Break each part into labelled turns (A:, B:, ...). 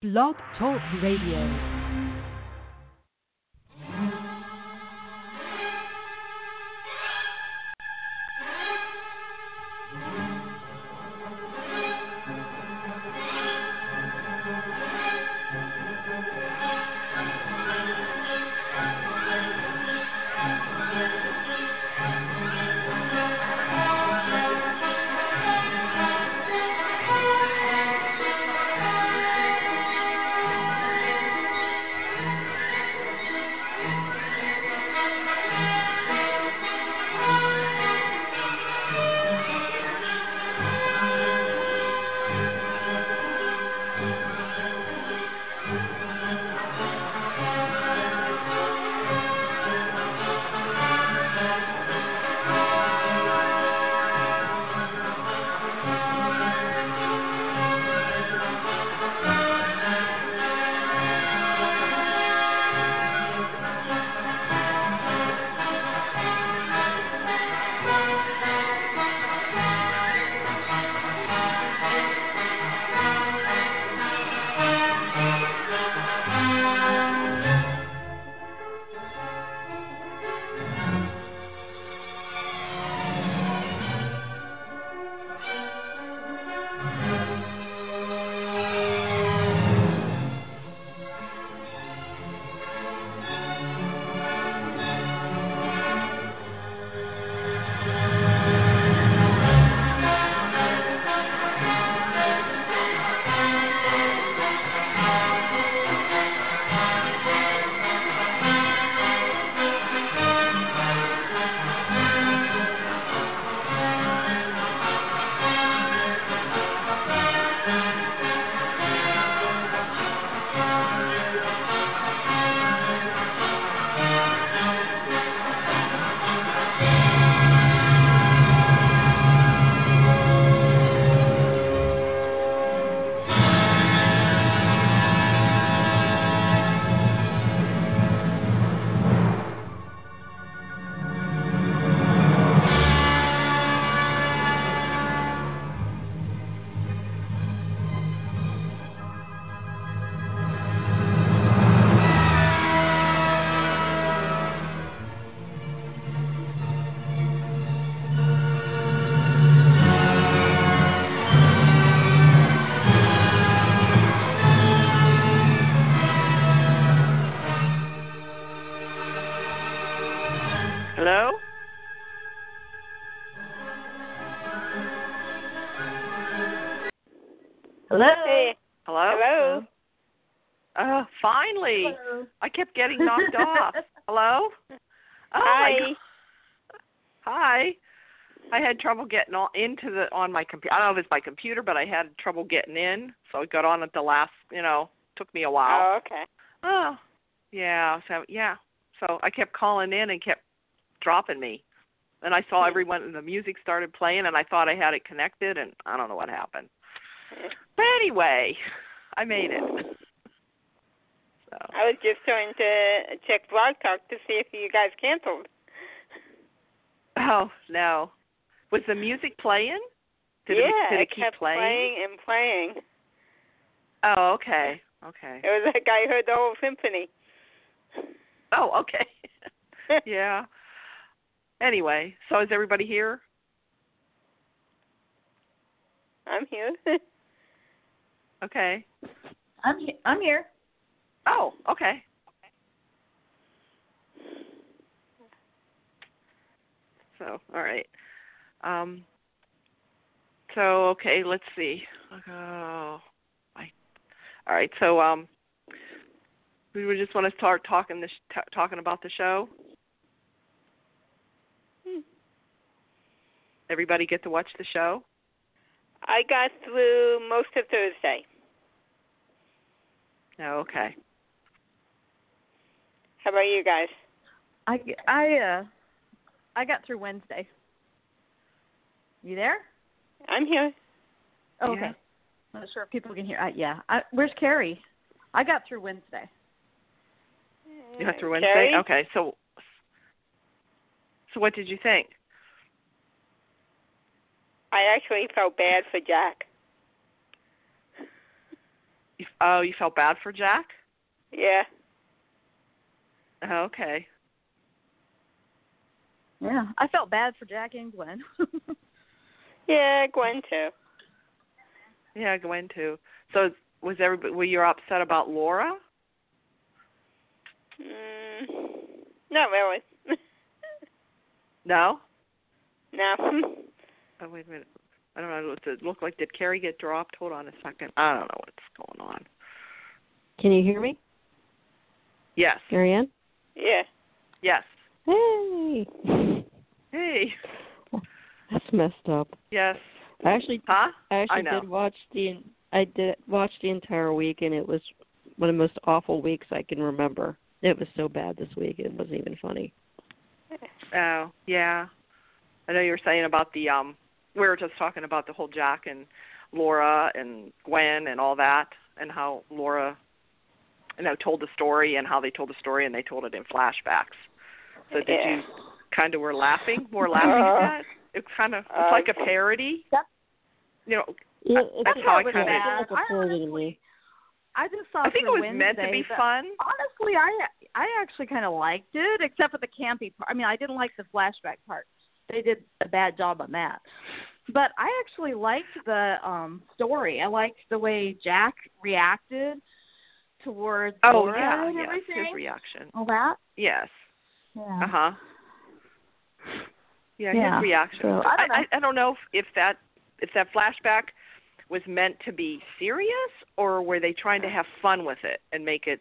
A: Blog Talk Radio.
B: Hello?
C: Hello.
D: Hey.
B: Hello?
D: Hello.
B: Uh, finally.
C: Hello.
B: I kept getting knocked off. Hello? Oh,
D: Hi.
B: My God. Hi. I had trouble getting all into the on my computer. I don't know if it's my computer, but I had trouble getting in, so I got on at the last. You know, took me a while.
D: Oh, okay.
B: Oh, yeah. So yeah. So I kept calling in and kept dropping me. And I saw everyone and the music started playing and I thought I had it connected and I don't know what happened. But anyway, I made it. So
D: I was just trying to check Blog Talk to see if you guys canceled.
B: Oh no. Was the music playing? Did
D: yeah,
B: it did it, keep
D: kept
B: playing?
D: and playing.
B: Oh, okay. Okay.
D: It was like I heard the whole symphony.
B: Oh, okay. yeah. Anyway, so is everybody here?
D: I'm here.
B: Okay.
C: I'm he- I'm here.
B: Oh, okay. So, all right. Um, so, okay, let's see. Oh, I, all right. So, um, we would just want to start talking this t- talking about the show. Everybody get to watch the show.
D: I got through most of Thursday.
B: Oh, okay.
D: How about you guys?
C: I I uh I got through Wednesday. You there?
D: I'm here.
C: Oh,
B: Yeah.
C: okay. Not sure if people can hear. Uh, yeah. I, where's Carrie? I got through Wednesday.
B: You got through Wednesday.
D: Carrie?
B: Okay. So, so what did you think?
D: I actually felt bad for Jack.
B: You, oh, you felt bad for Jack?
D: Yeah.
B: Oh, Okay.
C: Yeah. I felt bad for Jack and Gwen.
D: Yeah, Gwen too.
B: Yeah, Gwen too. So was everybody? Were you upset about Laura?
D: Mm, not really.
B: No.
D: no.
B: Oh wait a minute. I don't know. Does it look like did Carrie get dropped? Hold on a second. I don't know what's going on.
A: Can you hear me,
B: Yes.
A: Marianne?
D: Yeah.
B: Yes.
A: Hey,
B: Hey.
A: that's messed
D: Oh.
A: up.
B: Yes.
A: I actually,
B: Huh?
A: I
B: I
A: actually
B: know.
A: did watch the, I did watch the entire week, and it was one of the most awful weeks I can remember. It was so bad this week; it wasn't even funny.
B: Oh yeah. I know you were saying about the um. We were just talking about the whole Jack and Laura and Gwen and all that, and how Laura, you know, told the story and how they told the story and they told it in flashbacks. So did
D: yeah. Uh-huh.
B: you kind of were laughing, more laughing at that. It's kind of it's
D: Uh,
B: like a parody.
C: Yep.
B: You know,
A: Yeah,
B: that's
A: it's,
B: how I
A: it's,
B: kinda-
A: it's like a
C: I
A: parody to me.
C: honestly- I just saw
B: I think it
C: through
B: was
C: Wednesday,
B: meant to be
C: but
B: fun.
C: Honestly, I I actually kind of liked it, except for the campy part. I mean, I didn't like the flashback part. They did a bad job on that. But I actually liked the um story. I liked the way Jack reacted towards
B: Oh
C: Laura
B: yeah,
C: and
B: yes, his
C: everything.
B: reaction.
C: all that.
B: Yes.
C: Yeah.
B: Uh huh. Yeah,
C: Oh. Yeah,
B: his reaction.
A: so-
B: I,
C: I don't know.
B: I, I don't know if, if that if that flashback was meant to be serious or were they trying to have fun with it and make it.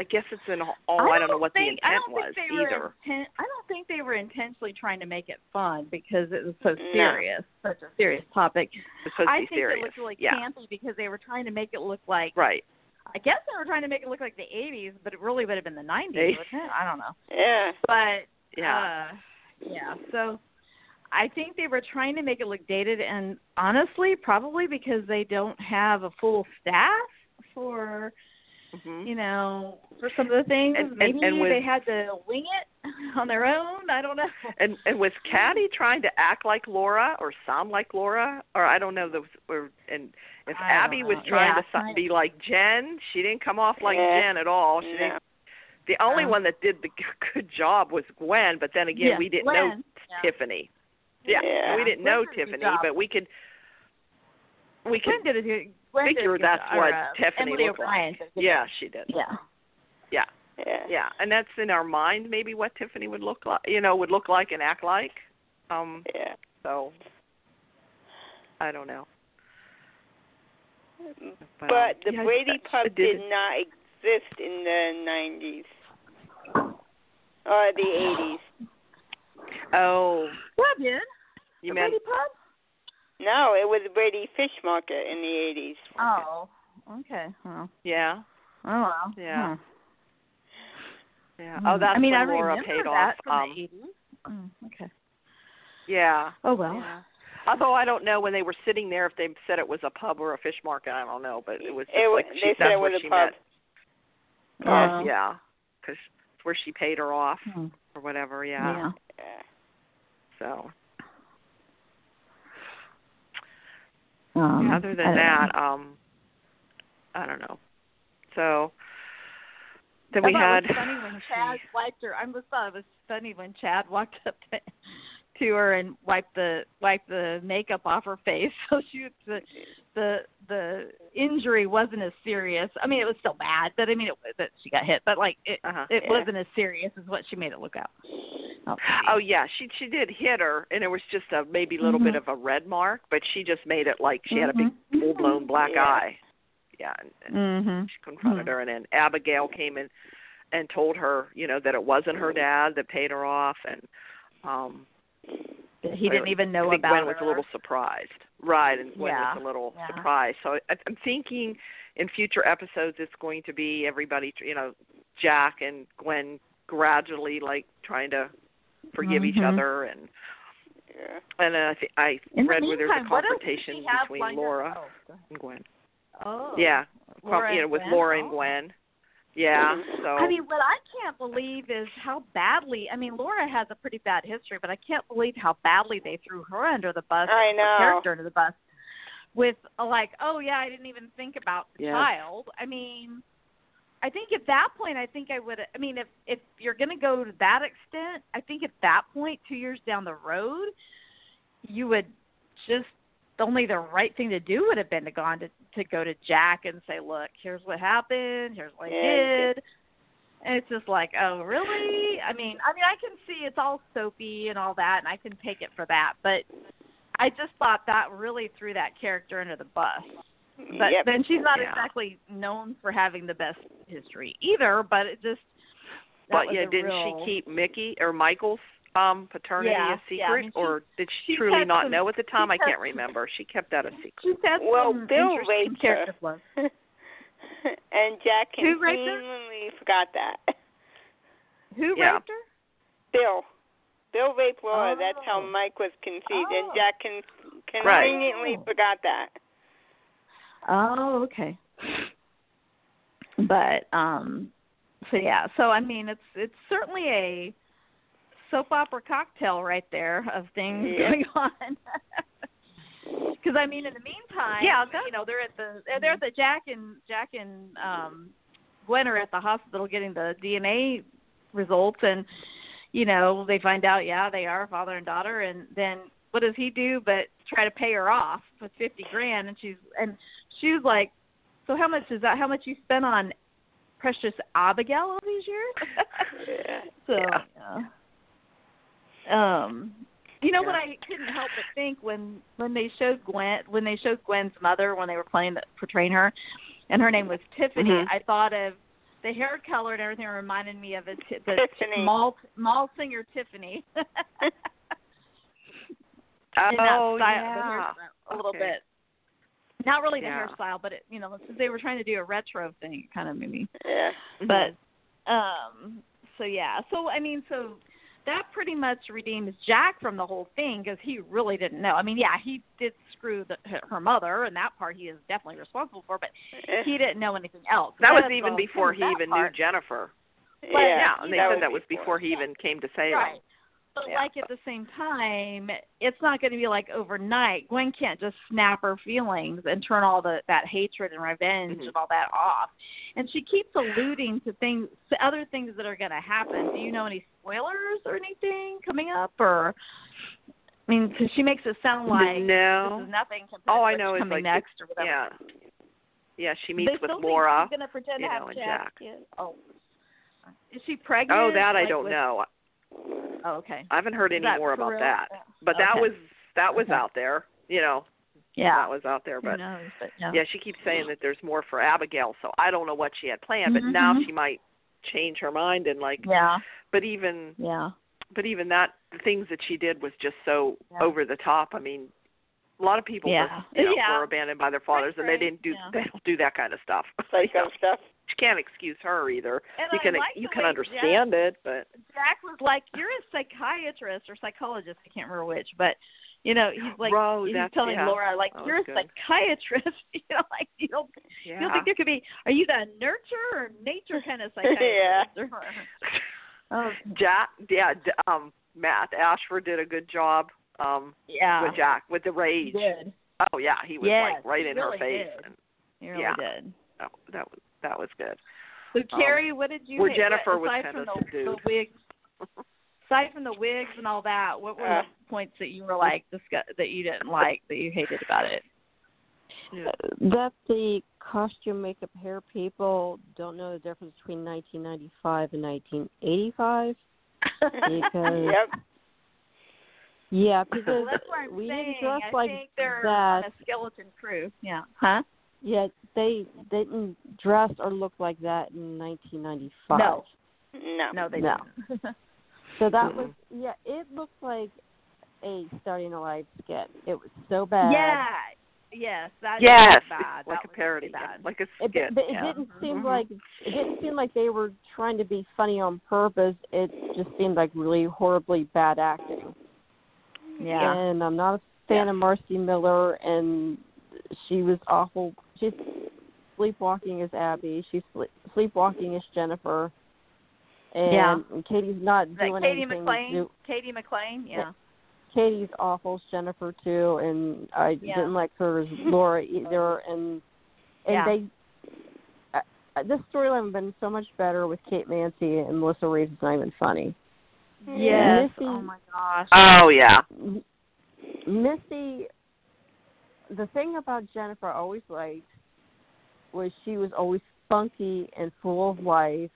B: I guess it's an all. Oh, I, don't know what
C: think-
B: the
C: I
B: intent
C: don't
B: was
C: think they were
B: either.
C: inten- I don't think they were intentionally trying to make it fun because it was so
D: No.
C: serious, such a serious topic.
B: It's supposed
C: I
B: to be
C: think
B: serious.
C: it looked really
B: yeah.
C: campy because they were trying to make it look like
B: Right.
C: I guess they were trying to make it look like the 80s, but it really would have been the 90s,
B: Eight-
C: wouldn't it? I don't know.
D: Yeah.
C: But
B: Yeah.
C: uh, yeah. So I think they were trying to make it look dated, and honestly, probably because they don't have a full staff for
B: hmm
C: uh, you know for some of the things.
B: And- and-
C: Maybe
B: and with-
C: they had to wing it on their own. I don't know.
B: And and was Caddy trying to act like Laura or sound like Laura or I don't know the or and if
C: I don't
B: Abby was
C: know.
B: trying to
C: Yeah,
B: so-
C: kind of.
B: be like Jen, she didn't come off like
D: Yeah.
B: Jen at all. She
D: No.
B: didn't, the only
C: Uh.
B: one that did the g- good job was Gwen, but then again
C: Yeah,
B: we didn't know
C: Gwen. Yeah.
B: Tiffany. Yeah,
D: Yeah.
B: we didn't
C: Gwen
B: know
C: did a good
B: Tiffany,
C: job.
B: but we could we could
C: Gwen did a good. Gwen did a
B: figure
C: good
B: that's
C: job,
B: what
C: or, uh,
B: Tiffany
C: Emily
B: looked like.
C: O'Brien did a good
B: yeah, she did.
C: job. Yeah.
B: Yeah.
D: Yeah.
B: Yeah, and that's in our mind maybe what Tiffany would look like, you know, would look like and act like. Um
D: Yeah.
B: so I don't know. But,
C: um,
D: But the
B: yeah, I-
D: Brady
B: I
D: Pub did
B: didn't-
D: not exist in the nineties or the eighties.
B: Oh,
C: What did?
B: you
C: the
B: meant
C: Brady Pub?
D: No, it was Brady Fish Market in the eighties.
C: Oh, okay. Well,
B: yeah,
C: oh well.
B: Yeah. yeah.
C: Hmm.
B: Oh, that's
C: I mean,
B: when
C: I
B: Laura
C: remember
B: paid
C: that
B: off.
C: from
B: Um,
C: the 80s. Huh. Mm, okay.
B: yeah.
C: Oh well.
B: yeah. Although I don't know when they were sitting there if they said it was a pub or a fish market. I don't know, but it was just
D: It wa-
B: like she,
D: they said
B: that's
D: it
B: what
D: was a
B: she
D: pub.
B: meant.
C: Uh,
B: Oh, yeah, because where she paid her off
C: hmm,
B: or whatever.
C: yeah.
D: Yeah.
B: So
C: Um,
B: other
C: I
B: than
C: don't
B: that,
C: know.
B: um, I don't know. So then
C: I
B: we had.
C: thought It was funny when
B: let's see.
C: Chad wiped her. I just thought it was funny when Chad walked up to, to her and wiped the wiped the makeup off her face, so she the the the injury wasn't as serious. I mean, it was still bad, but I mean, it that she got hit, but like it
B: Uh-huh.
C: it
D: Yeah.
C: wasn't as serious as what she made it look out. Oh,
B: Oh yeah, she she did hit her, and it was just a maybe little bit
C: Mhm.
B: of a red mark, but she just made it like she had a big
C: Mhm.
B: full blown black
D: Yeah.
B: eye. Yeah, and, and
C: Mhm.
B: she confronted
C: Mhm.
B: her, and then Abigail came in and told her, you know, that it wasn't her dad that paid her off, and um,
C: That He didn't even know
B: I think
C: about
B: Gwen was a
C: her.
B: little surprised, right? And Gwen was a
C: Yeah.
B: little
C: Yeah.
B: surprised. So I, I'm thinking in future episodes it's going to be everybody, tr- you know, Jack and Gwen gradually like trying to forgive each
C: Mhm.
B: other and
D: Yeah.
B: and I thi- I
C: In the
B: read where there's a
C: meantime, what else did
B: confrontation
C: she have
B: between
C: lined up?
B: Laura
C: Oh, go ahead.
B: and Gwen.
C: Oh.
B: Yeah, com-
C: Laura
B: you know,
C: and
B: with
C: Gwen?
B: Laura and
C: Oh.
B: Gwen. Yeah,
D: Mhm.
B: so
C: I mean, what I can't believe is how badly. I mean, Laura has a pretty bad history, but I can't believe how badly they threw her under the bus.
D: I
C: Her
D: know.
C: character under the bus with a, like, oh yeah, I didn't even think about the
B: Yes.
C: child. I mean, I think at that point, I think I would. I mean, if if you're going to go to that extent, I think at that point, two years down the road, you would just only the right thing to do would have been to gone to to go to Jack and say, look, here's what happened, here's what I
D: Yeah.
C: did. And it's just like, oh, really? I mean, I mean, I can see it's all soapy and all that, and I can take it for that. But I just thought that really threw that character under the bus. But
D: yep.
C: then she's not
B: Yeah.
C: exactly known for having the best history either. But it just that
B: But
C: was
B: yeah,
C: a
B: didn't
C: real-
B: she keep Mickey or Michael's um paternity
C: Yeah,
B: a secret,
C: yeah, I mean, she-
B: or did she,
C: she
B: truly
C: kept
B: not
C: some-
B: know at the time? I
C: kept
B: can't
C: some-
B: remember. She kept that a secret.
C: She's had
D: Well,
C: some
D: Bill
C: interesting
D: raped her.
C: character flaws.
D: and Jack
C: Who raped her?
D: completely forgot that.
C: Who
B: Yeah.
C: raped her?
D: Bill. Bill raped Laura. That's how
C: Oh.
D: Mike was conceived, and
C: Oh.
D: Jack con-
B: Right.
D: conveniently
C: Oh.
D: forgot that.
C: Oh, okay. But um so yeah, so I mean it's it's certainly a soap opera cocktail right there of things
D: Yeah.
C: going on. Because I mean, in the meantime,
B: Yeah,
C: you know they're at the they're at the Jack and Jack and um, Gwen are at the hospital getting the DNA results, and you know they find out yeah they are father and daughter, and then what does he do but try to pay her off with fifty grand, and she's and she was like, so how much is that? How much you spent on precious Abigail all these years?
D: Yeah.
C: so,
B: Yeah.
C: yeah. um, you know what
B: Yeah.
C: I couldn't help but think when when they showed Gwen when they showed Gwen's mother when they were playing portraying her, and her name was Tiffany.
B: Mhm.
C: I thought of the hair color and everything reminded me of a t- the
D: Tiffany.
C: mall mall singer Tiffany. in that
B: Oh
C: style, the
B: yeah.
C: hairstyle a little
B: Okay.
C: bit. Not really the
B: Yeah.
C: hairstyle, but it, you know, since they were trying to do a retro thing, it kind of made me.
D: Yeah.
B: Mhm.
C: But um, so yeah, so I mean, so that pretty much redeems Jack from the whole thing because he really didn't know. I mean, yeah, he did screw the, her- her mother, and that part he is definitely responsible for, but
D: Eh,
C: he didn't know anything else.
B: that was
C: That's
B: even
C: all.
B: before he
C: That
B: even
C: part.
B: knew Jennifer.
C: But,
D: yeah.
B: yeah, and they
D: that
B: said that was
D: before.
B: before he even came to Salem.
C: Right. But
B: Yeah.
C: like at the same time, it's not going to be like overnight. Gwen can't just snap her feelings and turn all the that hatred and revenge
B: Mhm.
C: and all that off. And she keeps alluding to things, to other things that are going to happen. Do you know any spoilers or anything coming up? Or I mean, 'cause she makes it sound like this
B: no.
C: is nothing compared
B: All
C: to
B: I
C: what's
B: know is, like,
C: coming next or whatever.
B: Yeah. Yeah, she meets
C: They
B: with
C: still think
B: Laura.
C: She's going to pretend
B: you
C: to have
B: know, and Jack.
C: Yeah. Oh, is she pregnant?
B: Oh, that I
C: Like,
B: don't
C: with-
B: know.
C: Oh, okay.
B: I haven't heard
C: Is
B: any
C: that
B: more about
C: Perot?
B: that. But that
C: Okay.
B: was that was
C: Okay.
B: out there. You know,
C: yeah.
B: that was out there. But
C: Who knows? But yeah.
B: yeah, she keeps saying that there's more for Abigail. So I don't know what she had planned. But now
C: Mhm.
B: she might change her mind and like.
C: Yeah.
B: But even
C: Yeah.
B: but even that the things that she did was just so
C: Yeah.
B: over the top. I mean, a lot of people
C: Yeah.
B: were, you know,
C: Yeah.
B: were abandoned by their fathers, and
C: right.
B: they didn't do
C: Yeah.
B: they don't do that kind of stuff. you
D: Psycho
B: know,
D: stuff.
B: you can't excuse her either.
C: And
B: you
C: I
B: can
C: like
B: you
C: the
B: can
C: way
B: understand it, but
C: Jack, Jack was like, "You're a psychiatrist or psychologist. I can't remember which, but you know, he's like."
B: Ro,
C: He's
B: oh, that's,
C: telling
B: yeah.
C: Laura, like,
B: That
C: you're a
B: was good.
C: psychiatrist. you know, like, you don't, you
B: yeah.
C: don't think there could be, are you the nurture or nature kind of psychiatrist? yeah. Or, oh,
B: Jack, yeah, d- um, Matt Ashford did a good job um
C: yeah.
B: with Jack with the
C: He
B: rage.
C: did.
B: Oh yeah, he was
C: Yes,
B: like right
C: he
B: in
C: really
B: her face.
C: did.
B: And
C: He really
B: Yeah.
C: did.
B: that, that was that was good.
C: So
B: Um,
C: Carrie, what did you?
B: where
C: hate-
B: Jennifer was
C: aside
B: kind
C: from
B: of
C: the, the
B: subdued.
C: wigs, aside from the wigs and all that, what were
D: Uh.
C: the points that you were like discuss- that you didn't like that you hated about it?
B: Yeah.
A: that the costume makeup hair people don't know the difference between 1995 and 1985 Because-
D: Yep.
A: yeah because
C: Well, that's what I'm
A: we
C: saying.
A: didn't dress
C: I
A: like
C: think they're on
A: that
C: a skeleton crew. Yeah. Huh?
A: yeah they they didn't dress or look like that in 1995
C: No.
D: No.
C: No, they
A: No.
C: didn't.
A: so that
B: Mm-mm.
A: was yeah it looked like a starting alive skit it was so bad
C: yeah. Yes. That
B: Yes,
C: Is bad.
B: it's like
C: that
B: a parody,
C: Was really bad.
B: like a
A: It,
B: skit.
A: but it
B: yeah.
A: didn't seem
B: Mhm.
C: Mm-hmm.
A: like it didn't seem like they were trying to be funny on purpose. It just seemed like really horribly bad acting.
C: yeah.
A: And I'm not a fan of Marcy Miller, and she was awful. She's sleepwalking as Abby. She's sleep, sleepwalking as Jennifer. And
C: Yeah.
A: Katie's not
C: Like
A: doing
C: Katie
A: anything.
C: McLean.
A: to-
C: Katie McLean. Yeah.
A: Katie's awful. Jennifer too, and I
C: Yeah.
A: didn't like her as Laura either. And and
C: Yeah.
A: they. I- I- This storyline would have been so much better with Kate Mancy and Melissa Reeves. It's not even funny.
C: Yes.
A: Missy-
C: Oh my gosh.
B: Oh yeah.
A: M- Missy, the thing about Jennifer I always liked was she was always funky and full of life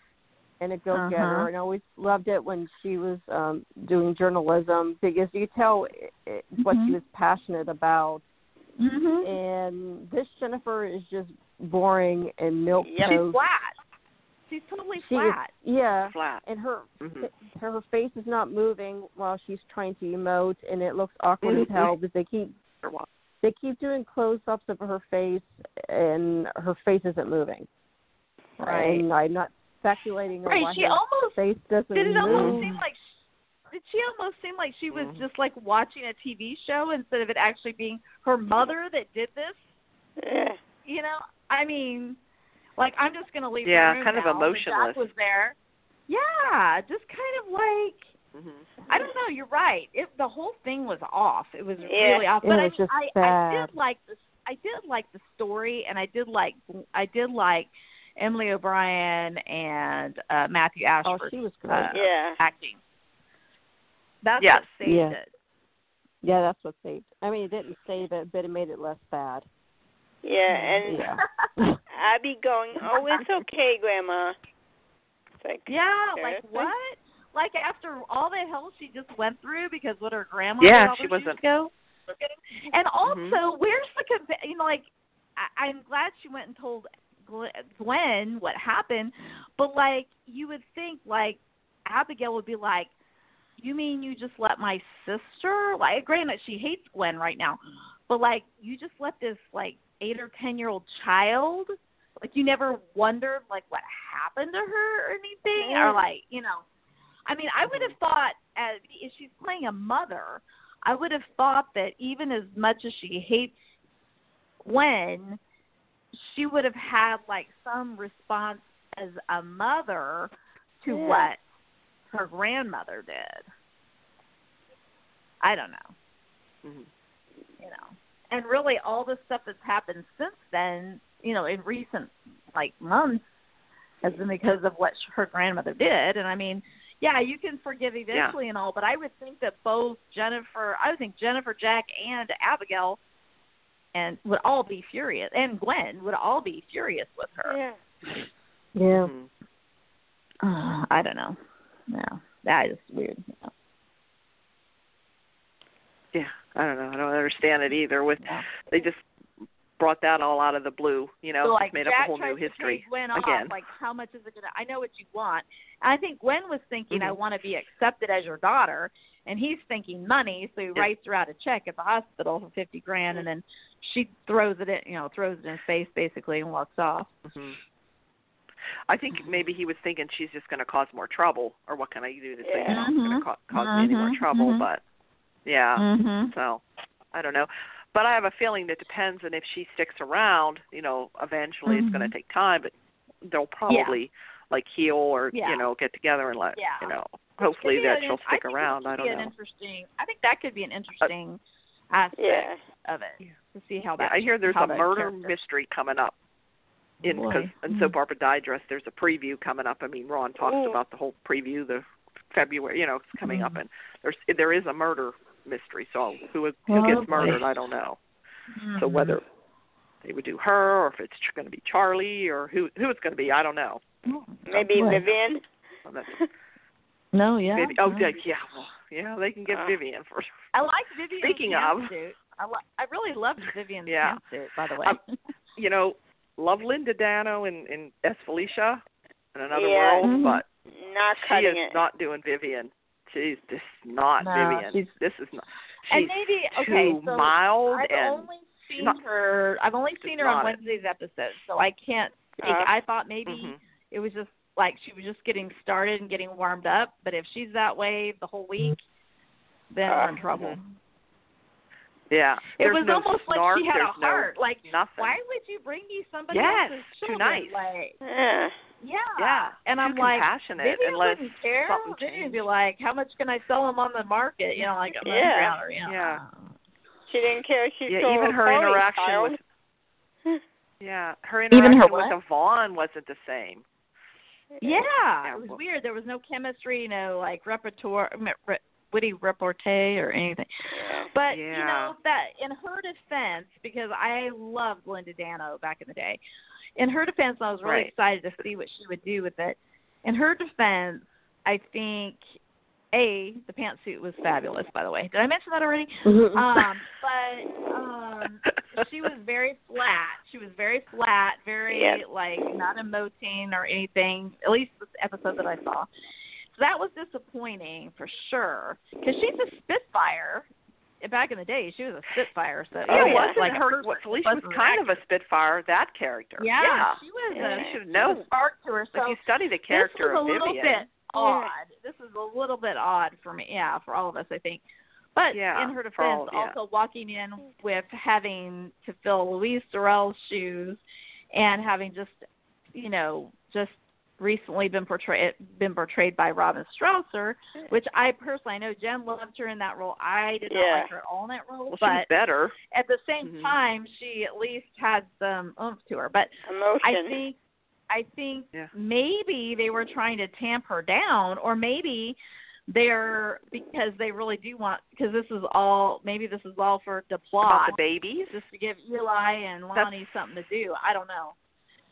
A: and a go getter,
C: Uh-huh.
A: and I always loved it when she was um doing journalism because you could tell it, it, what she
C: Mhm.
A: was passionate about.
C: Mhm.
A: And this Jennifer is just boring and milk
D: Yep.
C: She's flat. She's totally
A: She is-
C: flat.
A: yeah,
B: Flat.
A: and her
B: hmm
A: her face is not moving while she's trying to emote, and it looks awkward as
B: Mhm.
A: hell because they keep they keep doing close ups of her face and her face isn't moving.
C: Right.
A: And I'm not speculating on why
C: Right. She
A: her
C: almost
A: face doesn't
C: did it
A: move.
C: almost seem like sh did she almost seem like she was
B: Mhm.
C: just like watching a TV show instead of it actually being her mother that did this?
D: Yeah.
C: You know, I mean, like I'm just gonna leave.
B: Yeah,
C: the room
B: kind of
C: now, but
B: emotionless.
C: Jack was there. Yeah, just kind of like
B: hmm
C: I don't know. You're right. It the whole thing was off. It was
D: Yeah.
C: really off.
A: It
C: but I,
A: was
C: mean,
A: just
C: I, I
A: sad.
C: did like the I did like the story, and I did like I did like Emily O'Brien and uh Matthew
A: Oh,
C: Ashford
A: she was great.
C: Uh,
D: Yeah.
C: acting. That's
B: Yes.
C: what saved
A: Yeah.
C: it.
A: yeah, that's what saved. I mean, it didn't save it, but it made it less bad.
D: Yeah. And
A: Yeah.
D: Abby going, oh, it's okay, Grandma. It's like,
C: Yeah, like
D: Seriously?
C: what? Like after all the hell she just went through because what her grandma
B: Yeah,
C: did all
B: she
C: those
B: wasn't-
C: years ago. And also,
B: Mhm.
C: where's the compa- you know like I- I'm glad she went and told Gl- Gwen what happened, but like you would think like Abigail would be like, you mean you just let my sister like granted she hates Gwen right now, but like you just let this like eight or ten year old child like you never wondered like what happened to her or anything
D: Yeah.
C: or like you know i mean i would have thought as if she's playing a mother i would have thought that even as much as she hates gwen she would have had like some response as a mother to
D: Yeah.
C: what her grandmother did i don't know
B: hmm
C: you know. And really, all the stuff that's happened since then, you know, in recent like months, has been because of what sh- her grandmother did. And I mean, yeah, you can forgive eventually and all, but I would think that both Jennifer, I would think Jennifer, Jack, and Abigail, and would all be furious, and Gwen would all be furious with her.
D: Yeah.
A: yeah.
B: hmm
C: Uh, I don't know. No, that is weird. You know.
B: Yeah. I don't know. I don't understand it either. With
C: Yeah.
B: they just brought that all out of the blue. You know,
C: so like
B: just made
C: Jack
B: up a whole
C: tries
B: new
C: to pay
B: history.
C: Gwen off,
B: again.
C: like how much is it gonna? I know what you want. And I think Gwen was thinking, I
B: Mhm.
C: want to be accepted as your daughter, and he's thinking money, so he writes her out a check at the hospital for fifty grand, and then she throws it, in, you know, throws it in his face basically and walks off.
B: hmm I think maybe he was thinking she's just going to cause more trouble, or what can I do to say
D: Yeah.
B: that's going
C: Mhm.
B: to ca- cause me any more
C: Mhm,
B: trouble?
C: mhm.
B: But yeah,
C: Mm-hmm.
B: so I don't know. But I have a feeling that depends, and if she sticks around, you know, eventually it's going
C: Mhm.
B: to take time, but they'll probably like heal or
C: Yeah.
B: you know get together and let
C: Yeah.
B: you know. Hopefully
C: Could be
B: that
C: an
B: she'll
C: int-
B: stick
C: I think it
B: around.
C: could
B: I don't
C: be an
B: know. Uh,
C: Interesting. I think that could be an interesting aspect
D: Yeah.
C: of it to see how
B: Yeah,
C: that.
B: I hear there's
C: how
B: a
C: the
B: murder
C: characters-
B: mystery coming up. In
A: Boy.
B: because and
C: Mm-hmm.
B: so Barbara Dydress, there's a preview coming up. I mean, Ron talks
D: Ooh.
B: about the whole preview, the February, you know, it's coming up,
C: Mhm.
B: and there's there is a murder mystery. So who who
A: Oh,
B: gets
A: boy.
B: murdered? I don't know. So
C: Mhm.
B: whether they would do her, or if it's going to be Charlie, or who who it's going to be, I don't know.
D: Maybe
A: Mm-hmm. What?
D: Vivian.
B: Well, that's-
A: No, yeah.
B: Vivi- oh yeah, yeah, well, yeah, they can get
D: Uh.
B: Vivian for.
C: I like Vivian's
B: Speaking of-
C: pantsuit. I li- I really loved Vivian's
B: Yeah.
C: pantsuit, by the way.
B: Um, You know, love Linda Dano and and S Felicia in another
D: Yeah.
B: world,
C: mm-hmm.
A: Mhm.
B: but
D: Not
B: she
D: cutting
B: is
D: it.
B: not doing Vivian. She's just not
C: No,
B: Vivian.
C: she's-
B: this is not.
C: and
B: She's
C: maybe
B: too
C: okay, so
B: mild
C: I've
B: and
C: only seen
B: not-
C: her. I've only
B: just
C: seen her on
B: not it.
C: Wednesday's episode, so I can't. Speak.
D: Uh,
C: I thought maybe
B: mhm.
C: it was just like she was just getting started and getting warmed up. But if she's that way the whole week, then we're in
D: Uh,
C: trouble.
B: yeah.
C: It
B: mm-hmm. There's
C: was
B: no
C: almost
B: snark,
C: like she had
B: there's
C: a heart. Like,
B: No nothing.
C: why would you bring me somebody
B: Yes,
C: else's
B: too
C: children?
B: nice.
C: Like,
D: Yeah.
C: yeah,
B: Yeah,
C: and
B: too
C: I'm like,
B: compassionate
C: maybe I
B: unless
C: wouldn't care.
B: something
C: Maybe
B: changed.
C: I'd be like, how much can I sell them on the market? You know, like a
D: Yeah.
C: yeah. you know.
B: Yeah.
D: She didn't care. She
B: yeah,
D: told
B: even her
D: Chloe,
B: interaction
D: child.
B: with yeah, her
E: Even her
B: interaction
E: what?
B: with Yvonne wasn't the same.
C: Yeah,
B: Yeah,
C: it was
B: well-
C: weird. There was no chemistry, no like repertoire, m- re- witty repartee or anything.
D: Yeah.
C: But you
B: Yeah.
C: know that in her defense, because I loved Linda Dano back in the day. In her defense, I was really
B: Right.
C: excited to see what she would do with it. In her defense, I think a the pantsuit was fabulous. By the way, did I mention that already?
B: Mm-hmm.
C: Um, but um, she was very flat. She was very flat, very
D: Yeah.
C: like not emoting or anything. At least this episode that I saw. So that was disappointing for sure. Because she's a Spitfire. Back in the day, she was a Spitfire. So
D: Oh,
B: yeah,
D: yeah.
B: wasn't
C: like
B: her?
C: person,
B: Felicia was
C: wasn't
B: kind
C: an
B: of a spitfire. That character.
C: actor. Yeah,
B: yeah.
C: she was.
D: Yeah.
C: A,
B: You should
C: she
B: know.
C: was a spark to her. So
B: if you study the character
C: this was
B: of
C: a little
B: Vivian,
C: bit odd. This is a little bit odd for me. Yeah, for all of us, I think. But
B: Yeah,
C: in her
B: for all-
C: defense,
B: yeah.
C: also walking in with having to fill Louise Sorrell's shoes and having just, you know, just recently been portrayed been portrayed by Robin Strausser, which I personally I know Jen loved her in that role. I did
D: Yeah.
C: not like her at all in that role,
B: well, she was
C: but
B: better.
C: at the same
B: Mhm.
C: time, she at least had some oomph to her. But
D: Emotion.
C: I think I think
B: Yeah.
C: maybe they were trying to tamp her down, or maybe they're because they really do want because this is all maybe this is all for the
B: About
C: plot
B: the babies.
C: just to give Eli and Lonnie something to do. I don't know.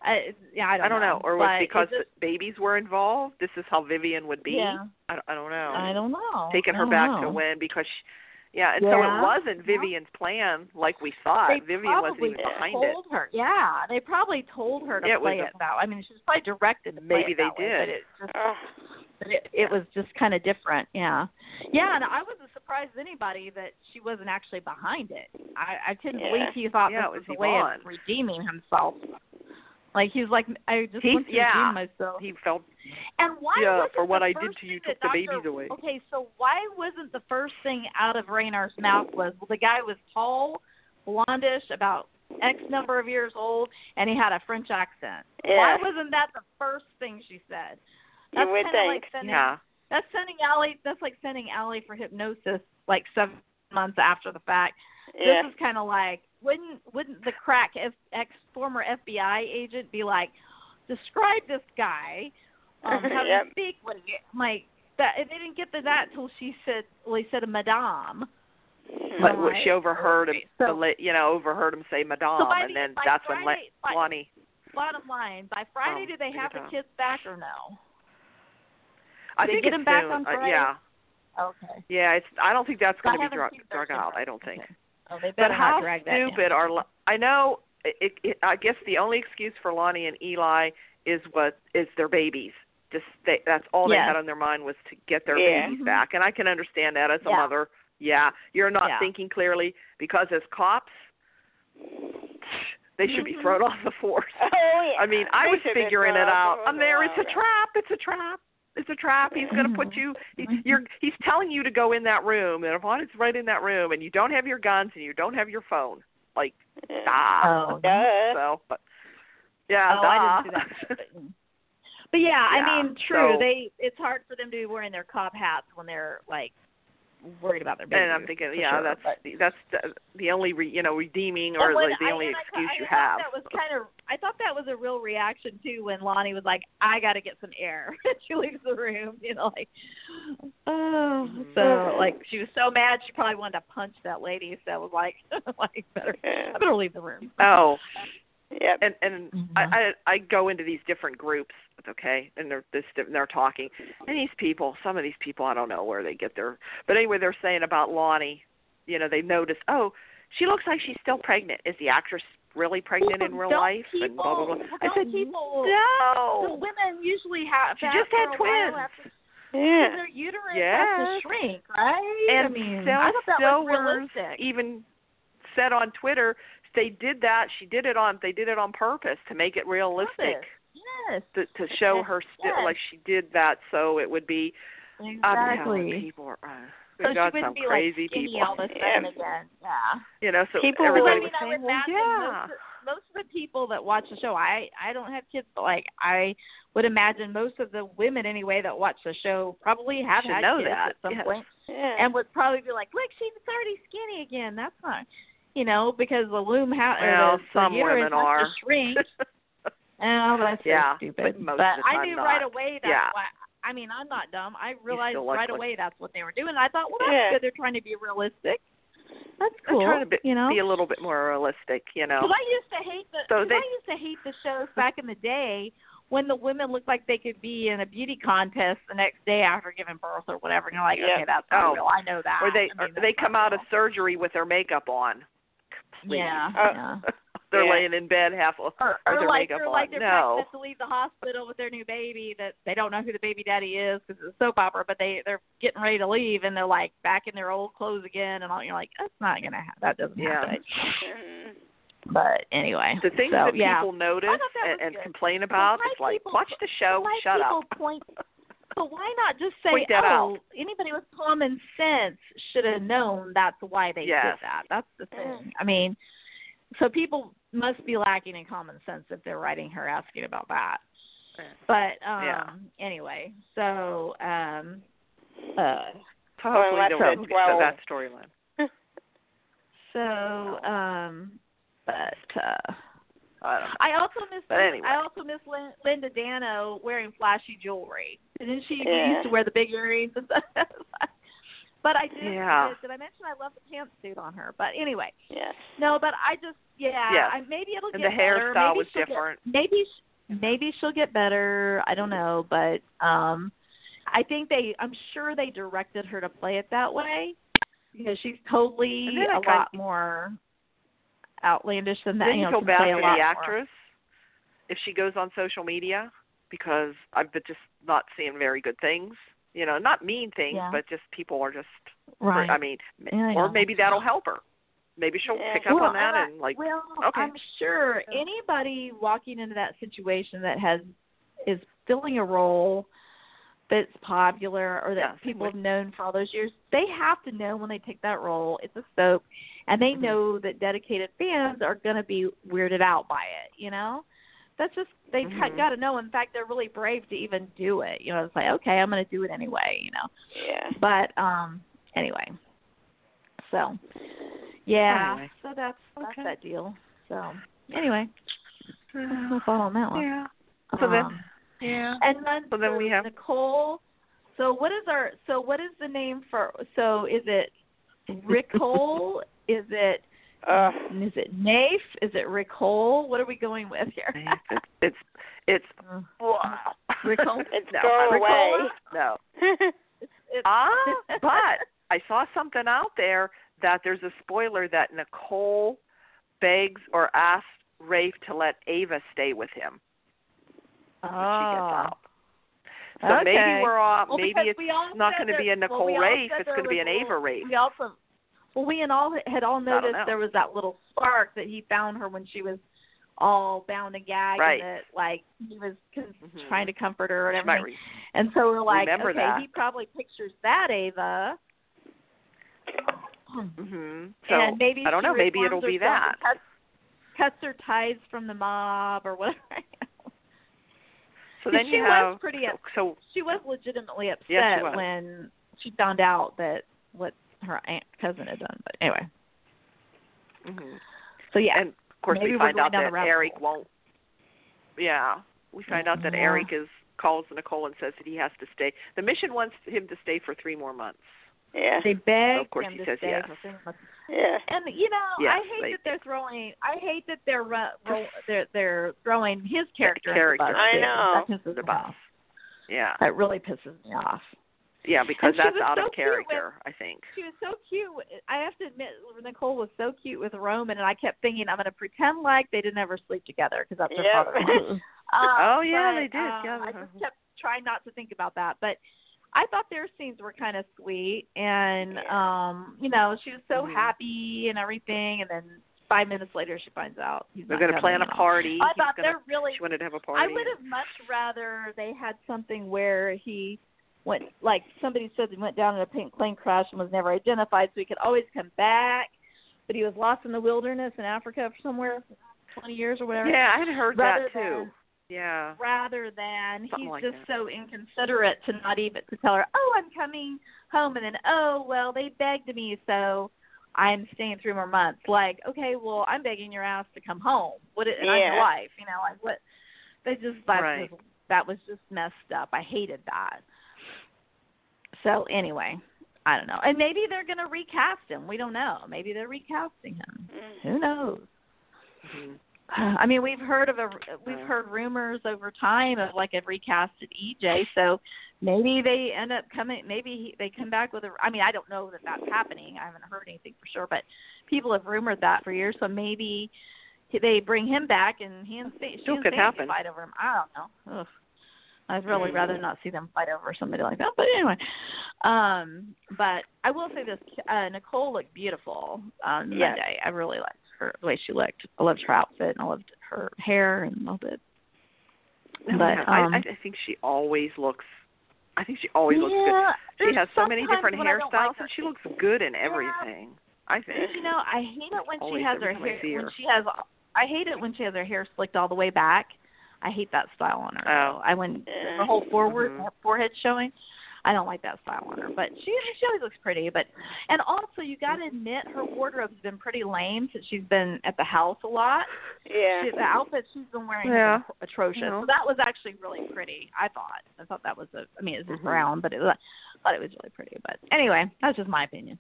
C: I yeah, I don't,
B: I don't know. Or was
C: but
B: it
C: it
B: because
C: just,
B: the babies were involved? This is how Vivian would be.
C: Yeah.
B: I, don't, I don't know.
C: I don't know.
B: Taking
C: I
B: her
C: don't
B: back
C: know.
B: to when because she, yeah, and so
C: Oh, Yeah.
B: it wasn't Vivian's plan like we thought.
C: They
B: Vivian wasn't
C: probably
B: even behind
C: told
B: it.
C: her. Yeah, they probably told her to
B: Yeah, it was
C: play
B: a-
C: it that. I mean, she was probably directed to play
B: Maybe
C: it that
B: they
C: way,
B: did.
C: but it just
D: Ugh.
C: but it, it was just kind of different. Yeah, yeah, and I wasn't surprised as anybody that she wasn't actually behind it. I, I couldn't
D: Yeah.
C: believe he thought
B: Yeah,
C: this
B: it was
C: was a way
B: Yvonne.
C: of redeeming himself. Like he was like, I just
B: He's-
C: want to
B: yeah.
C: redeem myself.
B: He felt
C: And why
B: Yeah,
C: wasn't
B: for
C: the
B: what I
C: first
B: did to you
C: thing
B: took
C: that
B: the
C: Dr.
B: babies away.
C: Okay, so why wasn't the first thing out of Raynar's mouth was well, the guy was tall, blondish, about X number of years old, and he had a French accent.
D: Yeah.
C: Why wasn't that the first thing she said?
D: You
C: That's
D: would
C: kinda like
D: think.
C: sending-
B: yeah.
C: That's sending Allie. That's like sending Allie for hypnosis like seven months after the fact.
D: yeah.
C: This is kind of like wouldn't wouldn't the crack F, ex former FBI agent be like, describe this guy, um, how to
D: Yep.
C: speak, what he like that. and They didn't get to that till she said, well, he said a madame.
D: Hmm.
B: But
C: Right.
B: she overheard him,
C: So-
B: the la- you know, overheard him say "Madame,"
C: by
B: Oh, and
C: the-
B: then
C: by
B: that's when
C: Friday,
B: La-
C: by-
B: Lonnie.
C: Bottom line, by Friday,
B: Um,
C: do they
B: take
C: have
B: your
C: the
B: time.
C: kids back or no?
B: I
C: They
B: think
C: get
B: it's
C: him back
B: soon.
C: on
B: Uh,
C: Friday?
B: yeah,
C: Okay.
B: yeah. It's. I don't think that's
C: So
B: going
C: I
B: to be
C: haven't
B: drug,
C: seen
B: drug
C: Thursday.
B: out. I don't think.
C: Oh, they
B: But
C: better
B: how
C: not drag that. down.
B: stupid are? Lo- I know. It, it, I guess the only excuse for Lonnie and Eli is what is their babies. Just they, that's all they
C: Yes.
B: had on their mind was to get their
D: Yeah.
B: babies
C: Mhm.
B: back, and I can understand that as a
C: Yeah.
B: mother. Yeah, you're not
C: Yeah.
B: thinking clearly because as cops, they should be
C: Mhm.
B: thrown off the force.
D: Oh, yeah.
B: I mean, I
D: They
B: was
D: should've been
B: figuring it
D: thrown off
B: out.
D: the
B: I'm there. It's a
D: wall.
B: trap. It's a trap. It's a trap. He's going to put you. He,
C: Mhm.
B: you're. He's telling you to go in that room, and Yvonne is right in that room, and you don't have your guns, and you don't have your phone. Like,
D: Yeah.
B: ah.
C: Oh,
D: Duh.
B: So, but yeah,
C: Oh, I didn't
B: duh.
C: see that. But, but yeah,
B: Yeah,
C: I mean, true.
B: so-
C: they it's hard for them to be wearing their cop hats when they're like worried about their baby.
B: and I'm thinking,
C: for
B: yeah,
C: sure,
B: that's
C: but-
B: the, that's the, the only re, you know redeeming
C: And
B: or
C: when
B: like the
C: I-
B: only
C: and I thought-
B: excuse
C: I
B: you
C: thought
B: have.
C: That was kind of. I thought that was a real reaction too when Lonnie was like, "I got to get some air." she leaves the room, you know, like, oh, so like she was so mad she probably wanted to punch that lady. So was like, like better,
D: Yeah.
C: I better leave the room.
B: Oh,
D: Yep.
B: and and
C: Mm-hmm.
B: I, I I go into these different groups, it's okay, and they're this and they're talking, and these people, some of these people, I don't know where they get their, but anyway, they're saying about Lonnie, you know, they notice, oh, she looks like she's still pregnant. Is the actress really pregnant in real
C: Don't
B: life?
C: People,
B: and blah blah blah. I
C: don't
B: said
C: people, The
B: no.
C: women usually have.
B: She just
C: after
B: had
C: a while,
B: twins.
C: after-
D: Yeah.
C: Their uterus
B: Yes.
C: has to shrink, right? I
B: And
C: mean,
B: Sel
C: I thought that was
B: Sowers
C: realistic.
B: even said on Twitter they did that. She did it on they did it on purpose to make it realistic.
C: Purpose. Yes.
B: To, to show her still
C: Yes.
B: like she did that so it would be I'm telling
C: Exactly.
B: people are. Uh,
C: So
B: we've got some
C: she wouldn't be
B: crazy
C: like skinny
B: people.
C: all of a
D: Yeah.
C: sudden again. Yeah.
B: You know, so
D: People
B: everybody
D: would-
B: was
C: I mean, I
B: saying,
C: would
B: well,
C: imagine
B: yeah.
C: most most of the people that watch the show, I I don't have kids, but like I would imagine most of the women anyway that watch the show probably have
B: Should
C: had
B: know
C: kids
B: that,
C: at some
B: yes.
C: point
D: Yeah.
C: and would probably be like, "Look, she's already skinny again. That's not, you know, because the loom house
B: Well,
C: or the,
B: some
C: the uterus
B: women
C: has to
B: are.
C: shrink." Oh, that's so
B: Yeah,
C: stupid.
B: but most of the
C: I
B: time
C: knew
B: not.
C: right away that's
B: Yeah.
C: why. I mean, I'm not dumb. I realized
B: look
C: right
B: like-
C: away that's what they were doing. I thought, well, that's
D: Yeah.
C: good. They're trying to be realistic. That's
B: I'm
C: cool.
B: trying to be,
C: you know,
B: be a little bit more realistic, you know.
C: because I used to hate the
B: So
C: 'cause
B: they-
C: I used to hate the shows back in the day when the women looked like they could be in a beauty contest the next day after giving birth or whatever, and you're like,
D: Yeah.
C: okay, that's not
B: Oh.
C: real. I know that.
B: or they
C: I mean,
B: or they
C: that's
B: come
C: not
B: out of
C: real.
B: surgery with their makeup on. Please.
C: yeah,
D: Uh,
C: yeah.
B: They're
D: Yeah.
B: laying in bed half with
C: Or,
B: their
C: or like
B: makeup
C: they're
B: on.
C: like they're
B: no.
C: pregnant to leave the hospital with their new baby that they don't know who the baby daddy is because it's a soap opera, but they they're getting ready to leave and they're like back in their old clothes again and all. You're like, that's not gonna happen. That doesn't
B: Yeah.
C: happen.
D: Mhm.
C: But anyway,
B: The things
C: so,
B: that
C: yeah.
B: people notice
C: I thought that
B: and,
C: was
B: and
C: good.
B: complain about,
C: why
B: it's like
C: people-
B: watch the show,
C: why
B: shut
C: people
B: up.
C: point But why not just say,
B: Point that
C: oh,
B: out.
C: anybody with common sense should have known that's why they
B: Yes.
C: did that. That's the thing.
D: Mm.
C: I mean, so people must be lacking in common sense if they're writing her asking about that.
B: Yeah.
C: But um
B: Mm. Yeah.
C: anyway, so um uh
B: So hopefully
D: Unless
B: you
D: it's
B: don't get to
D: well-
B: that storyline.
C: so um but uh
B: I don't know.
C: I also miss
B: But anyway.
C: I also miss Lin- Linda Dano wearing flashy jewelry. And then she
D: Yeah.
C: used to wear the big earrings and stuff. but I did
B: Yeah.
C: did, I mention I love the pantsuit on her? But anyway.
D: Yes.
C: No, but I just yeah,
B: Yes.
C: I, maybe it'll
B: And
C: get
B: the
C: better.
B: hairstyle
C: maybe
B: was
C: she'll get-
B: different.
C: maybe sh- maybe she'll get better. I don't know, but um I think they I'm sure they directed her to play it that way because she's totally
B: And then I
C: a
B: kind-
C: lot more outlandish than that.
B: Then
C: you
B: you
C: know,
B: feel
C: can
B: bad
C: play a
B: for
C: lot
B: the
C: more.
B: actress if she goes on social media because I've been just not seeing very good things. You know, not mean things,
C: Yeah.
B: but just people are just.
C: Right.
B: I mean, m-
C: Yeah, I
B: or
C: know.
B: maybe that'll help her. Maybe she'll
D: Yeah.
B: pick up
C: Well,
B: on that
C: I-
B: and like.
C: well,
B: okay.
C: I'm sure anybody walking into that situation that has is filling a role that's popular or that
B: Yeah,
C: people
B: would-
C: have known for all those years, they have to know when they take that role it's a soap, and they
B: Mhm.
C: know that dedicated fans are going to be weirded out by it. You know, that's just they've
B: Mhm.
C: got to know. In fact, they're really brave to even do it. You know, it's like okay, I'm going to do it anyway. You know,
D: Yeah.
C: but um anyway. So yeah.
B: Anyway.
C: So that's that's
B: Okay.
C: that deal. So anyway, that's my thought on that one.
B: yeah. So then-
C: Um,
B: Yeah.
C: and then
B: So then
C: for
B: we have-
C: Nicole. So what is our so what is the name for so is it Ricole? is it
D: Uh,
C: is it Nafe? Is it Ricole? What are we going with here?
B: it's it's it's
C: Rickle?
D: It's
B: no,
D: go
B: Ricola?
D: away.
B: No.
C: It's-
B: Ah, but I saw something out there that there's a spoiler that Nicole begs or asks Rafe to let Ava stay with him
C: oh.
B: when she gets
A: Ah.
B: out. So maybe
C: Okay.
B: we're all
C: Well,
B: maybe
C: because
B: it's
C: we all
B: not
C: said
B: going to
C: there-
B: be a Nicole
C: well, we all
B: Rafe.
C: said
B: It's
C: there
B: going to be
C: was
B: an
C: a little-
B: Ava Rafe.
C: We also, well, we and all had all
B: don't
C: noticed
B: know.
C: there was that little spark that he found her when she was all bound and gagged,
B: Right.
C: and that like he was con-
B: Mhm.
C: trying to comfort her and
B: She might
C: everything.
B: re-
C: and so we're like,
B: remember
C: okay,
B: that.
C: he probably pictures that Ava.
B: mhm. So
C: and maybe
B: I don't
C: she
B: know. Maybe
C: reforms
B: it'll be
C: herself
B: that.
C: and Cuts, cuts her ties from the mob or whatever.
B: So then
C: she
B: you
C: was
B: have
C: pretty
B: so, so
C: she was legitimately upset
B: Yes, she was.
C: when she found out that what her aunt cousin had done. But anyway,
B: mhm.
C: so yeah,
B: And of course,
C: Maybe
B: we
C: we're
B: find
C: going
B: out
C: down the
B: that
C: rabbit
B: Eric
C: hole.
B: won't. Yeah, we find out that
C: Yeah.
B: Eric is calls Nicole and says that he has to stay. The mission wants him to stay for three more months.
D: yeah.
C: they begged
B: of course
C: him
B: he
C: to
B: says
C: stay.
B: yes.
C: for three months.
D: Yeah.
C: And you know,
B: Yes,
C: I hate
B: they
C: that they're throwing. I hate that they're ru- ro- they're they're throwing his character. under
B: character.
C: the bus,
D: I
C: too.
D: know.
C: That pisses
B: The
C: me
B: bus.
C: off.
B: Yeah,
C: That really pisses me off.
B: yeah, because
C: And she
B: that's
C: was
B: out
C: so
B: of
C: cute with-
B: character, I think.
C: She was so cute. I have to admit, Nicole was so cute with Roman, and I kept thinking, I'm going to pretend like they didn't ever sleep together because that's her
D: Yep.
C: father. Um,
B: Oh, yeah, they did.
C: um,
B: Yeah, uh-huh.
C: I
B: they-
C: just kept trying not to think about that, but I thought their scenes were kind of sweet, and
D: Yeah.
C: um, you know, she was so
B: Mhm.
C: happy and everything, and then five minutes later she finds out he's
B: They're
C: going to
B: plan a party.
C: I
B: He's
C: thought
B: gonna-
C: they're really.
B: she wanted to have a party.
C: I would have much rather they had something where he went, like somebody said, he went down in a pink plane crash and was never identified, so he could always come back. But he was lost in the wilderness in Africa or somewhere. twenty years or whatever.
B: Yeah, I had heard
C: rather
B: that too.
C: than-
B: yeah.
C: rather than
B: Something
C: he's
B: like
C: just
B: that.
C: so inconsiderate to not even to tell her, "Oh, I'm coming home," and then, "Oh, well, they begged me, so I'm staying three more months." Like, okay, well, I'm begging your ass to come home. What? And I'm
D: Yeah.
C: your wife, you know, like what? They just that
B: Right.
C: was that was just messed up. I hated that. So anyway, I don't know, and maybe they're gonna recast him. We don't know. Maybe they're recasting him. Who knows?
B: Mhm.
C: I mean, we've heard of a we've
B: Yeah.
C: heard rumors over time of like a recast at EJ. So maybe they end up coming. Maybe he, they come back with a. I mean, I don't know that that's happening. I haven't heard anything for sure, but people have rumored that for years. So maybe he- they bring him back and he and Sta- she
B: Still
C: and
B: could
C: Stacey
B: happen.
C: fight over him. I don't know. Ugh. I'd really rather not see them fight over somebody like that. But anyway, um, but I will say this: uh, Nicole looked beautiful on
D: Yes.
C: Monday. I really liked her the way she looked. I loved her outfit and I loved her hair and all that.
B: No,
C: But,
B: Oh, yeah,
C: um,
B: I, I think she always looks. I think she always looks good.
C: yeah,
B: She
C: there's
B: has so many
C: sometimes
B: different
C: when I don't
B: hairstyles,
C: like her.
B: and she looks good in everything. I think.
C: You know, I hate it when
B: Always
C: she has
B: every
C: her
B: time I
C: hair.
B: see
C: When
B: her.
C: she has, I hate it when she has her hair slicked all the way back. I hate that style on her.
B: Oh.
C: I wouldn't her whole forward
B: Mhm.
C: forehead showing. I don't like that style on her, but she she always looks pretty. But and also you got to admit her wardrobe's been pretty lame since she's been at the house a lot.
D: Yeah.
C: She, the outfits she's been wearing
B: Yeah.
C: have been atrocious.
B: You know.
C: So that was actually really pretty. I thought I thought that was a. I mean it's
B: Mhm.
C: just brown, but it was, I thought it was really pretty. But anyway, that's just my opinion.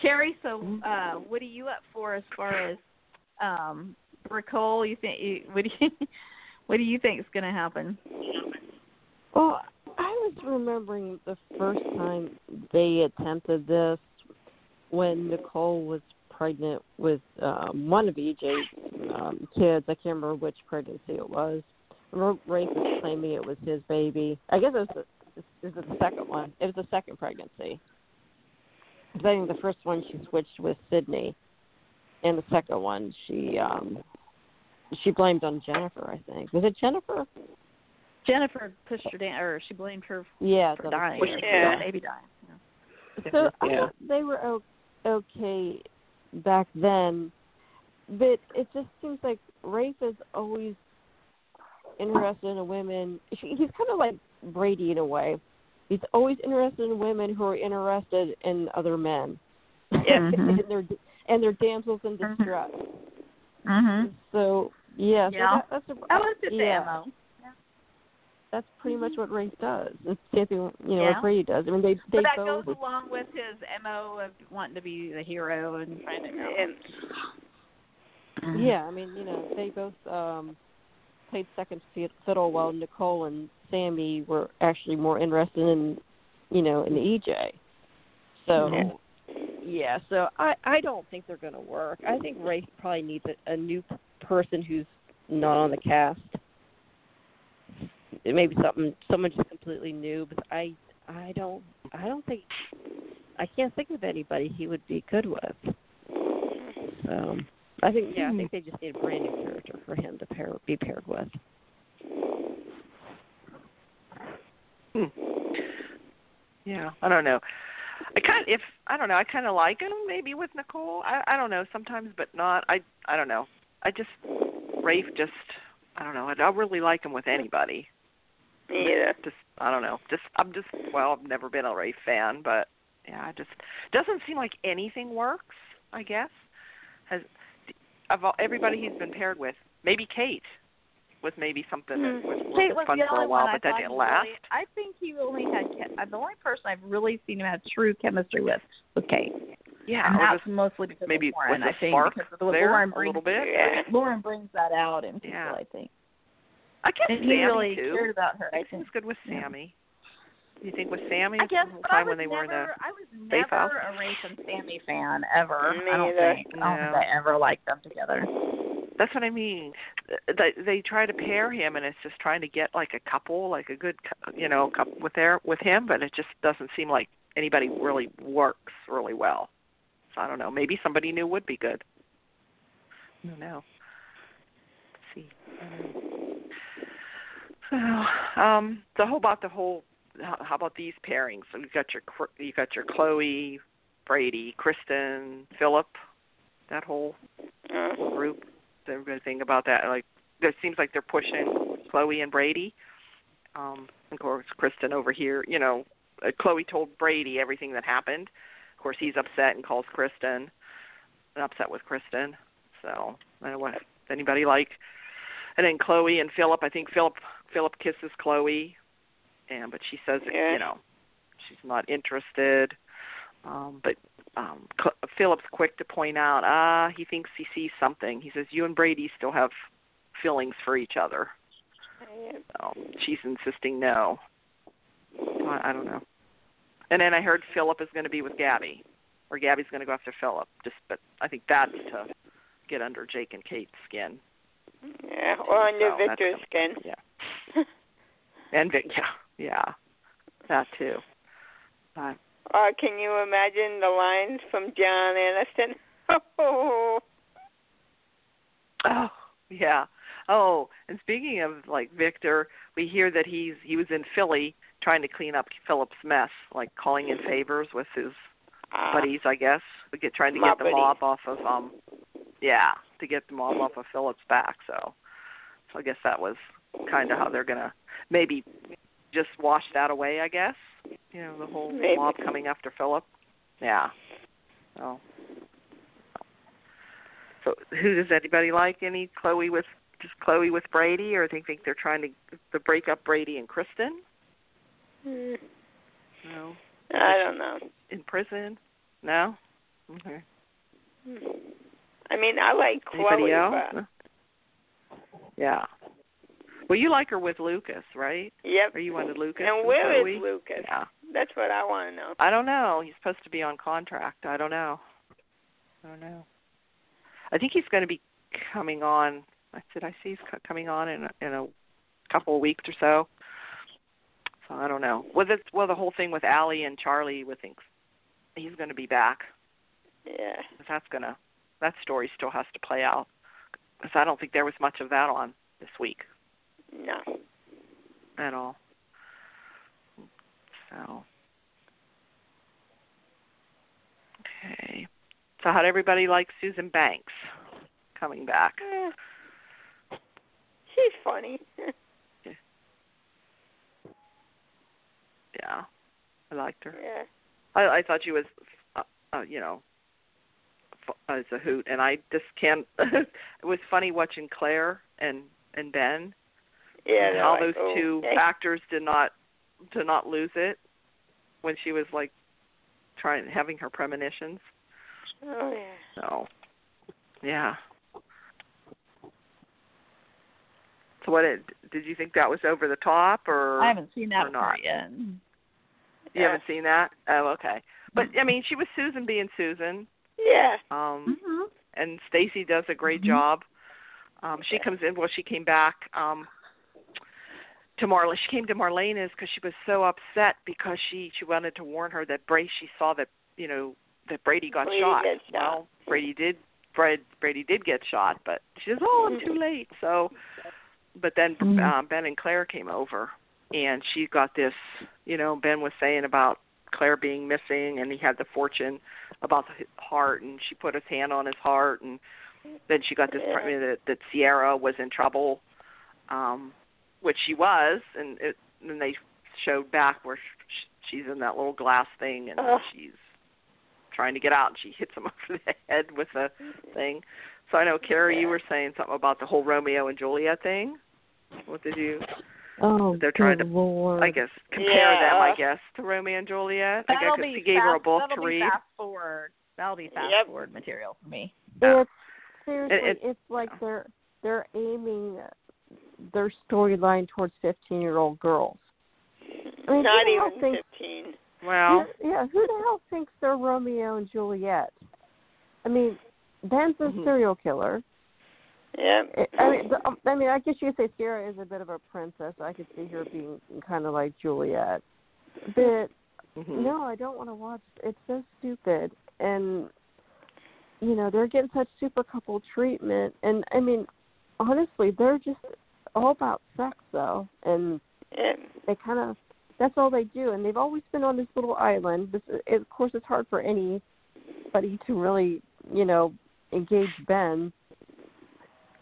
C: Carrie, so
B: Mm-hmm.
C: uh, what are you up for as far as um, Nicole? You think you, what do you what do you think is going to happen?
A: Well, I was remembering the first time they attempted this when Nicole was pregnant with um, one of EJ's um, kids. I can't remember which pregnancy it was. I remember Rafe was claiming it was his baby. I guess it was the, is it the second one. It was the second pregnancy. 'Cause I think the first one she switched with Sydney, and the second one she um, she blamed on Jennifer. I think was it Jennifer?
C: Jennifer pushed her down, or she blamed her
A: Yeah,
C: for
A: that was
C: dying,
A: Jennifer.
D: Yeah.
C: the baby dying. Yeah.
A: So I
B: Yeah.
A: thought they were o- okay back then, but it just seems like Rafe is always interested in women. She, he's kind of like Brady in a way. He's always interested in women who are interested in other men.
C: Yeah. Mm-hmm.
A: and their and their damsels in
C: Mhm.
A: distress.
C: Mm-hmm. E
A: So
C: Yeah.
A: yeah, so that, that's a,
C: That was the
A: Yeah.
C: demo.
A: that's pretty much what Rafe does. It's the same thing you know
C: Yeah.
A: what Brady does. I mean they they
C: But that
A: both
C: goes along with his mo of wanting to be the hero and trying to.
D: And,
C: Uh-huh.
B: Mm-hmm.
A: Yeah, I mean, you know, they both um played second fi- fiddle while Nicole and Sammy were actually more interested in, you know, in EJ. So
C: Mhm.
A: yeah, so I I don't think they're going to work. I think Ray probably needs a, a new p- person who's not on the cast. It may be something someone just completely new, but I I don't I don't think I can't think of anybody he would be good with. So I think yeah, I think they just need a brand new character for him to pair be paired with.
B: Hmm. Yeah, I don't know. I kind if I don't know. I kind of like him maybe with Nicole. I I don't know sometimes, but not. I I don't know. I just Rafe just I don't know. I don't really like him with anybody.
D: yeah.
B: Just I don't know. Just I'm just well, I've never been a Rafe fan, but yeah, I just doesn't seem like anything works. I guess has of all, everybody he's been paired with, maybe Kate was maybe something that
D: Mm-hmm. Hmm.
B: was,
C: Kate was
B: fun
C: the
B: for
C: only
B: a while,
C: one
B: but that
C: I thought
B: didn't
C: he
B: last.
C: Really, I think he only had. chem- uh, The only person I've really seen him have true chemistry with was Kate,
B: yeah,
C: and
B: or
C: that's
B: just
C: mostly because
B: maybe
C: of Lauren.
B: was
C: I
B: the
C: think
B: spark
C: because of the way
B: there
C: Lauren
B: a
C: brings
B: little bit.
D: Yeah.
C: Lauren brings that out in people.
B: Yeah.
C: I think,
B: I guess
C: and
B: Sammy
C: he really
B: too.
C: cared about her.
B: I
C: I
B: think
C: think.
B: it's good with
C: Yeah.
B: Sammy. You think with Sammy
C: I guess,
B: the whole
C: but I
B: time
C: was
B: when they
C: never,
B: were in the
C: I was
B: safe house?
C: never a Rafe and Sammy fan ever.
D: Me
C: I don't
D: either.
C: think. I don't
B: No.
C: think I ever liked them together.
B: That's what I mean. They they try to pair him, and it's just trying to get like a couple, like a good, cou- you know, couple with their with him, but it just doesn't seem like anybody really works really well. So I don't know. Maybe somebody new would be good. I don't know. Let's see. So, um, the whole about the whole. How how about these pairings? So you got your Cr- you got your Chloe, Brady, Kristen, Philip. That whole
D: Uh,
B: group. everything about that. Like, it seems like they're pushing Chloe and Brady. Um, of course, Kristen over here. You know, uh, Chloe told Brady everything that happened. Of course, he's upset and calls Kristen. And upset with Kristen. So I don't know what anybody like. And then Chloe and Philip. I think Philip Philip kisses Chloe, and but she says
D: Yeah.
B: you know she's not interested. Um, but um, Cl- Philip's quick to point out, ah, he thinks he sees something. He says, "You and Brady still have feelings for each other."
D: Yeah.
B: So she's insisting no. I, I don't know. And then I heard Philip is going to be with Gabby, or Gabby's going to go after Philip. Just, but I think that's to get under Jake and Kate's skin.
D: Yeah, or under
B: So that's
D: Victor's
B: the-
D: skin.
B: Yeah. And Vic, yeah, yeah, that too. Uh,
D: Uh, can you imagine the lines from John Aniston? Oh,
B: Oh, yeah. Oh, and speaking of like Victor, we hear that he's he was in Philly trying to clean up Philip's mess, like calling in favors with his
D: Ah,
B: buddies, I guess, to get trying to
D: My
B: get the
D: buddies.
B: mob off of um, yeah, to get the mob off of Philip's back. So, so I guess that was kind of how they're gonna maybe just wash that away. I guess you know the whole
D: Maybe.
B: mob coming after Philip. Yeah. So. So who does anybody like? Any Chloe with just Chloe with Brady, or they think they're trying to to break up Brady and Kristen?
D: hmm,
B: No.
D: I don't know.
B: In prison? No. Okay.
D: I mean, I like Chloe,
B: Anybody else?
D: but
B: Yeah. Well, you like her with Lucas, right?
D: yep.
B: Or you wanted Lucas?
D: and where
B: Chloe?
D: is Lucas?
B: Yeah.
D: That's what I want to know.
B: I don't know. He's supposed to be on contract. I don't know. I don't know. I think he's going to be coming on. I said I see he's co- coming on in a, in a couple of weeks or so. So I don't know. Well, this well the whole thing with Allie and Charlie. We think he's going to be back.
D: Yeah.
B: 'Cause that's gonna that story still has to play out. 'Cause I don't think there was much of that on this week.
D: No.
B: at all. So. Okay. So how'd everybody like Susan Banks coming back?
D: Eh, she's funny.
B: Yeah. I liked her.
D: yeah.
B: I I thought she was uh, uh you know f- as a hoot and I just can't it was funny watching Claire and and Ben
D: Yeah.
B: and
D: they're
B: how
D: like,
B: those
D: oh,
B: two
D: okay.
B: actors did not did not lose it when she was like trying having her premonitions.
D: Oh yeah.
B: So, yeah. So what did did you think that was over the top or
C: I haven't seen
B: or
C: that
B: not. Mm-hmm.
C: part yet.
B: you haven't seen that? Oh, okay. But I mean, she was Susan being Susan.
D: Yeah.
B: Um
C: Mm-hmm.
B: and Stacy does a great
C: Mhm.
B: job. Um she
D: Yeah.
B: comes in well she came back um to Marla she came to Marlena's cuz she was so upset because she she wanted to warn her that Bray she saw that, you know, that Brady got
D: Brady
B: shot.
D: got shot.
B: Well, Brady did Brad, Brady did get shot, but she says, "Oh, I'm too late." So but then
C: Mhm.
B: um Ben and Claire came over and she got this, you know, Ben was saying about Claire being missing and he had the fortune about the heart and she put his hand on his heart and then she got this
D: Yeah.
B: pre- that, that Sierra was in trouble um which she was and it and then they showed back where sh- she's in that little glass thing and
D: Ugh.
B: she's trying to get out and she hits him over the head with a thing. So I know Carrie you
D: Yeah.
B: were saying something about the whole Romeo and Juliet thing. What did you
A: Oh,
B: They're trying
A: good
B: to-
A: Lord.
B: I guess compare
D: Yeah.
B: them I guess to Romeo and Juliet? I guess
C: That'll
B: 'cause
C: be
B: she gave
C: fast,
B: her a book
C: that'll
B: to
C: be
B: read.
C: fast forward. That'll be fast
D: Yep.
C: forward material for me.
B: Yeah.
A: It's, seriously,
B: it-
A: it's like they're they're aiming their storyline towards fifteen-year-old girls. I mean,
D: Not
A: who the hell
D: even
A: thinks-
D: fifteen.
B: Well,
A: Yeah, yeah, who the hell thinks they're Romeo and Juliet? I mean, Ben's a
B: Mhm.
A: serial killer.
D: Yeah.
A: I I mean, the, um, I mean, I guess you could say Sierra is a bit of a princess. I could see her being kind of like Juliet, but
B: mhm.
A: no, I don't want to watch. It's so stupid, and you know they're getting such super couple treatment. And I mean, honestly, they're just all about sex though, and
D: yeah.
A: they kind of that's all they do and they've always been on this little island this it, of course it's hard for anybody to really you know engage ben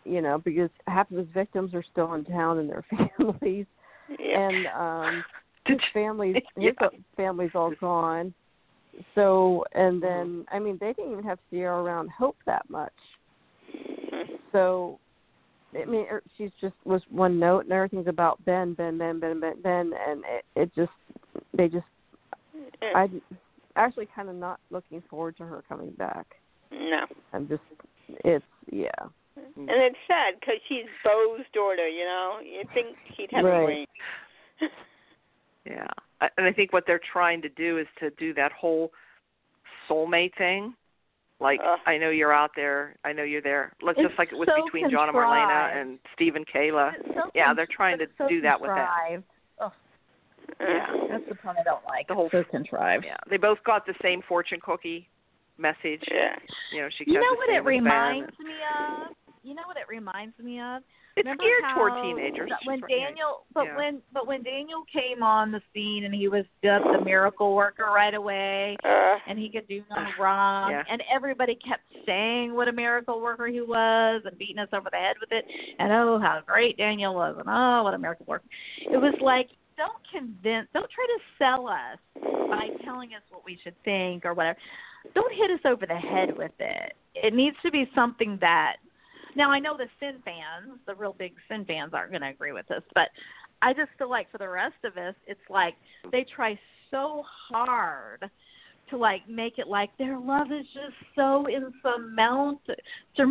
A: you know, because half of his victims are still in town and their families,
D: Yeah.
A: and um, his
B: Did you-
A: family's his
B: Yeah.
A: family's all gone. So, and then I mean, they didn't even have Sierra around Hope that much. So, I mean, er, she's just was one note, and everything's about Ben, Ben, Ben, Ben, Ben, Ben, and it, it just they just I actually kind of not looking forward to her coming back.
D: no.
A: I'm just it's yeah.
C: Mm-hmm.
D: And it's sad because she's Bo's daughter, you know? You'd think he'd have
A: Right.
D: a ring.
B: Yeah. I- And I think what they're trying to do is to do that whole soulmate thing. Like
D: Ugh.
B: I know you're out there. I know you're there. Let's
C: It's
B: just like it was
C: so
B: between John and Marlena
C: contrived.
B: and Steve and Kayla.
C: It's so
B: yeah, they're trying to
C: it's so
B: do that with that.
C: contrived.
D: Uh-huh.
B: Yeah.
C: That's the part I don't like.
B: The whole-
C: It's so contrived.
B: Yeah. They both got the same fortune cookie message.
D: Yeah.
B: You know, she
C: You
B: got
C: know
B: the
C: what
B: same
C: it
B: as Ben.
C: reminds me of? You know what it reminds me of?
B: It's
C: Remember
B: geared
C: how
B: toward teenagers.
C: that When
B: for- yeah.
C: Daniel, but
B: Yeah.
C: when but when Daniel came on the scene and he was dubbed the miracle worker right away,
D: Uh,
C: and he could do no wrong,
B: Yeah.
C: and everybody kept saying what a miracle worker he was and beating us over the head with it, and oh how great Daniel was, and oh what a miracle worker. It was like don't convince, don't try to sell us by telling us what we should think or whatever. Don't hit us over the head with it. It needs to be something that. Now I know the sin fans, the real big sin fans, aren't going to agree with this, but I just feel like for the rest of us, it's like they try so hard to like make it like their love is just so insurmount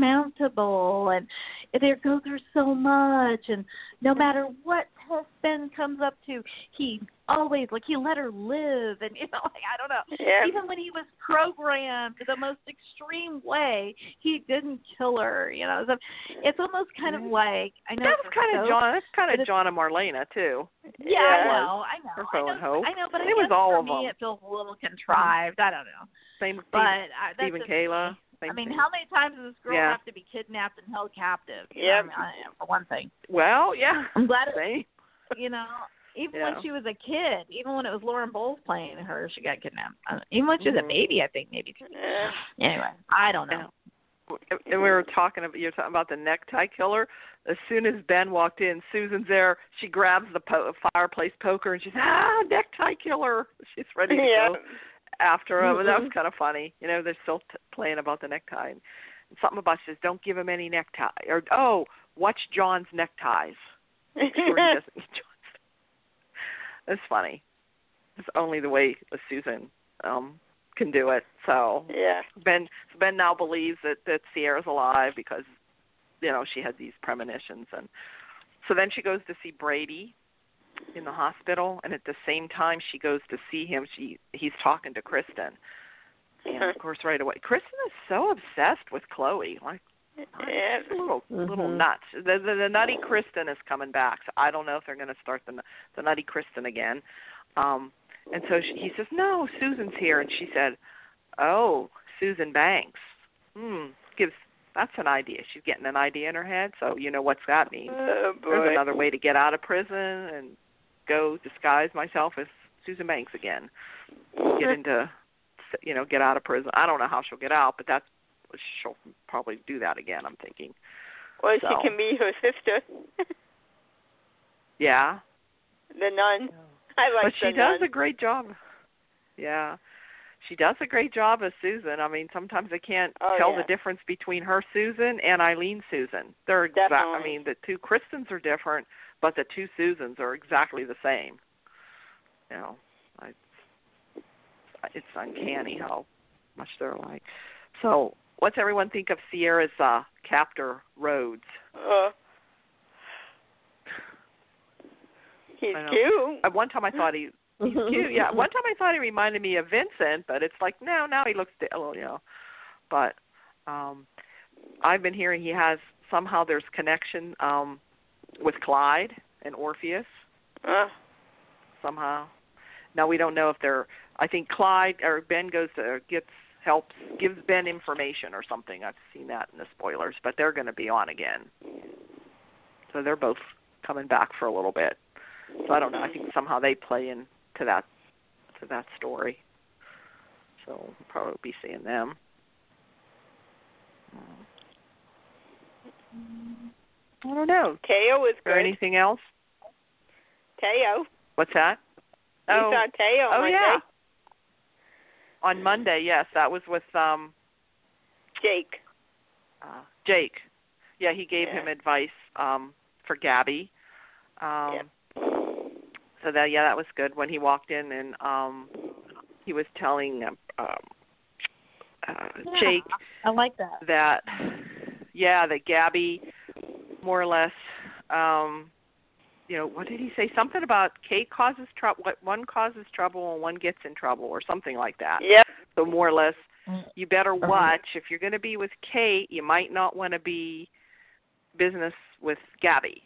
C: surmountable and they go through so much and no matter what test Ben comes up to, he always like he let her live and you know, like I don't know.
D: yeah.
C: Even when he was programmed the most extreme way, he didn't kill her, you know. So it's almost kind of like I know
B: Mm-hmm. That was
C: it's
B: kind
C: so
B: of John. That's kind
C: but
B: of
C: it's-
B: John and Marlena too.
C: yeah, I
D: Yeah.
C: know, I know.
B: Or Phil
C: I
B: and
C: know,
B: Hope.
C: I know, but I
B: It was
C: guess
B: all
C: for
B: of
C: me,
B: them.
C: it feels a little contrived. I don't know,
B: Same
C: but I, that's
B: Steve and
C: just
B: Kayla.
C: me.
B: Same
C: I mean,
B: thing.
C: how many times does this girl
B: Yeah.
C: have to be kidnapped and held captive? You
D: Yep.
C: know, I mean, I- for one thing.
B: Well, yeah.
C: I'm glad it,
B: Same.
C: you know, even
B: Yeah.
C: when she was a kid, even when it was Lauren Bowles playing her, she got kidnapped. I don't- Even when she was a
B: Mhm.
C: baby, I think maybe. Too.
D: Yeah.
C: Anyway, I don't know.
B: and we were talking about you're talking about the necktie killer. As soon as Ben walked in, Susan's there. She grabs the po- fireplace poker and she's ah necktie killer. She's ready to
D: yeah.
B: go after him, and that was
A: Mhm.
B: kind of funny. You know, they're still t- playing about the necktie. And something about says don't give him any necktie or oh watch John's neckties. Make sure he doesn't get John's. It's funny. It's only the way Susan um can do it. So
D: yeah.
B: Ben Ben now believes that that Sierra's alive because you know she had these premonitions and so then she goes to see Brady in the hospital and at the same time she goes to see him she he's talking to Kristen and
D: Uh-huh.
B: of course right away Kristen is so obsessed with Chloe like
D: Yeah.
B: she's a little little
D: Mm-hmm.
A: Mhm.
B: nuts the, the the nutty Kristen is coming back so I don't know if they're going to start the nu- the nutty Kristen again um and so she, he says no Susan's here and she said oh Susan Banks hmm gives that's an idea she's getting an idea in her head so you know what's that mean
D: Oh,
B: there's
D: boy.
B: another way to get out of prison and go disguise myself as Susan Banks again. Get into, you know, get out of prison. I don't know how she'll get out, but that's she'll probably do that again. I'm thinking.
D: Or
B: So.
D: she can be her sister,
B: Yeah,
D: the nun. I like
B: but she
D: the
B: does
D: nun.
B: a great job. Yeah, she does a great job as Susan. I mean, sometimes I can't
D: Oh,
B: tell
D: yeah.
B: the difference between her Susan and Eileen Susan. They're exact. I
D: Definitely.
B: mean, the two Kristens are different, but the two Susans are exactly the same. You know, I, it's uncanny how much they're alike. So, what's everyone think of Sierra's uh, captor Rhodes?
D: Uh, he's
B: I know.
D: cute.
B: At Uh, one time,
D: Mm-hmm.
B: I thought he He's cute. Yeah. One time I thought he reminded me of Vincent, but it's like no, now he looks di- a little, you know. But um I've been hearing he has somehow there's connection um with Clyde and Orpheus
D: Uh,
B: somehow. Now we don't know if they're I think Clyde or Ben goes to or gets helps gives Ben information or something. I've seen that in the spoilers, but they're going to be on again. So they're both coming back for a little bit. So I don't know. I think somehow they play into that to that story. So we'll probably be seeing them. I don't know.
D: Teo was
B: Or
D: good.
B: anything else?
D: Teo.
B: What's that?
D: We saw Teo
B: oh
D: Monday.
B: yeah. On Monday, yes, that was with um
D: Jake.
B: uh Jake. Yeah, he gave him
D: Yeah.
B: advice um for Gabby. Um
D: Yep.
B: so that yeah, that was good when he walked in and um he was telling um um, uh,
C: Yeah,
B: Jake
C: I like that.
B: that yeah, that Gabby more or less um you know, what did he say? Something about Kate causes trouble what one causes trouble and one gets in trouble or something like that.
D: Yep.
B: So more or less,
C: Mm.
B: you better watch. If you're going to be with Kate, you might not want to be business with Gabby.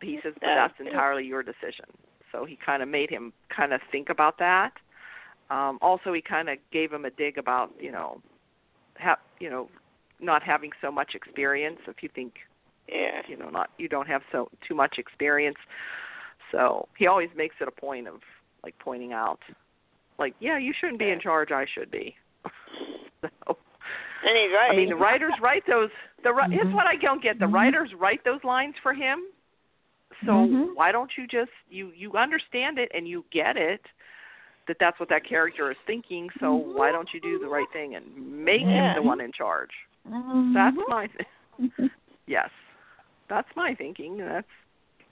B: He says, but
D: That's
B: that's
D: it.
B: entirely your decision. So he kind of made him kind of think about that. Um, also, he kind of gave him a dig about you know, ha- you know, not having so much experience. If you think
D: Yeah.
B: you know not you don't have so too much experience so he always makes it a point of like pointing out like yeah you shouldn't be in charge i should be so
D: And he's right. Mm-hmm.
B: i mean the writers write those the wri- here's what i don't get the
C: Mhm.
B: writers write those lines for him so
D: Mm-hmm.
C: Mhm.
B: why don't you just you you understand it and you get it that that's what that character is thinking so why don't you do the right thing and make
D: Mm-hmm. Yeah. Mm-hmm.
B: him the one in charge that's
C: Mhm.
B: my th- Yes, that's my thinking. and That's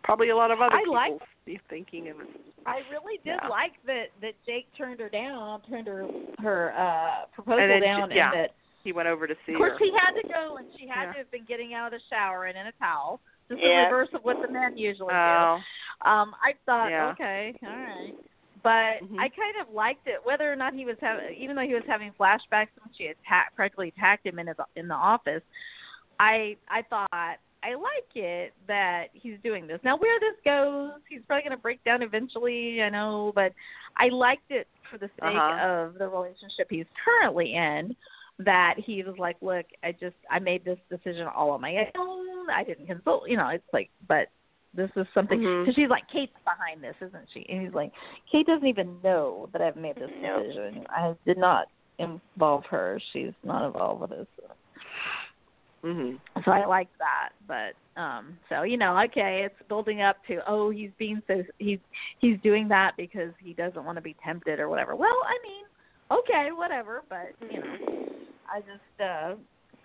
B: probably a lot of other
C: I like-
B: people's thinking. And
C: I really did
B: Yeah.
C: like that that Jake turned her down, turned her her uh proposal
B: And then she-
C: down,
B: yeah,
C: and that
B: he went over to see
C: of course
B: her.
C: she had to go and she had
B: Yeah.
C: to have been getting out of the shower and in a towel. Just
D: Yeah.
C: the reverse of what the men usually
B: Oh,
C: do. Um, I thought,
B: Yeah.
C: okay, all right. But
B: Mhm.
C: I kind of liked it, whether or not he was having, even though he was having flashbacks when she attacked, practically attacked him in his in the office. I I thought I like it that he's doing this. Now where this goes, he's probably going to break down eventually. I know, but I liked it for the sake
B: Uh-huh.
C: of the relationship he's currently in. That he was like, look, I just I made this decision all on my own. I didn't consult, you know. It's like, but this is something
B: Mhm.
C: because she's like Kate's behind this, isn't she? And he's like, Kate doesn't even know that I've made this
D: Nope.
C: decision. I did not involve her. She's not involved with this
B: mhm.
C: so I like that. But um so you know, okay, it's building up to oh he's being so he's he's doing that because he doesn't want to be tempted or whatever. Well, I mean, okay, whatever, but you know, I just uh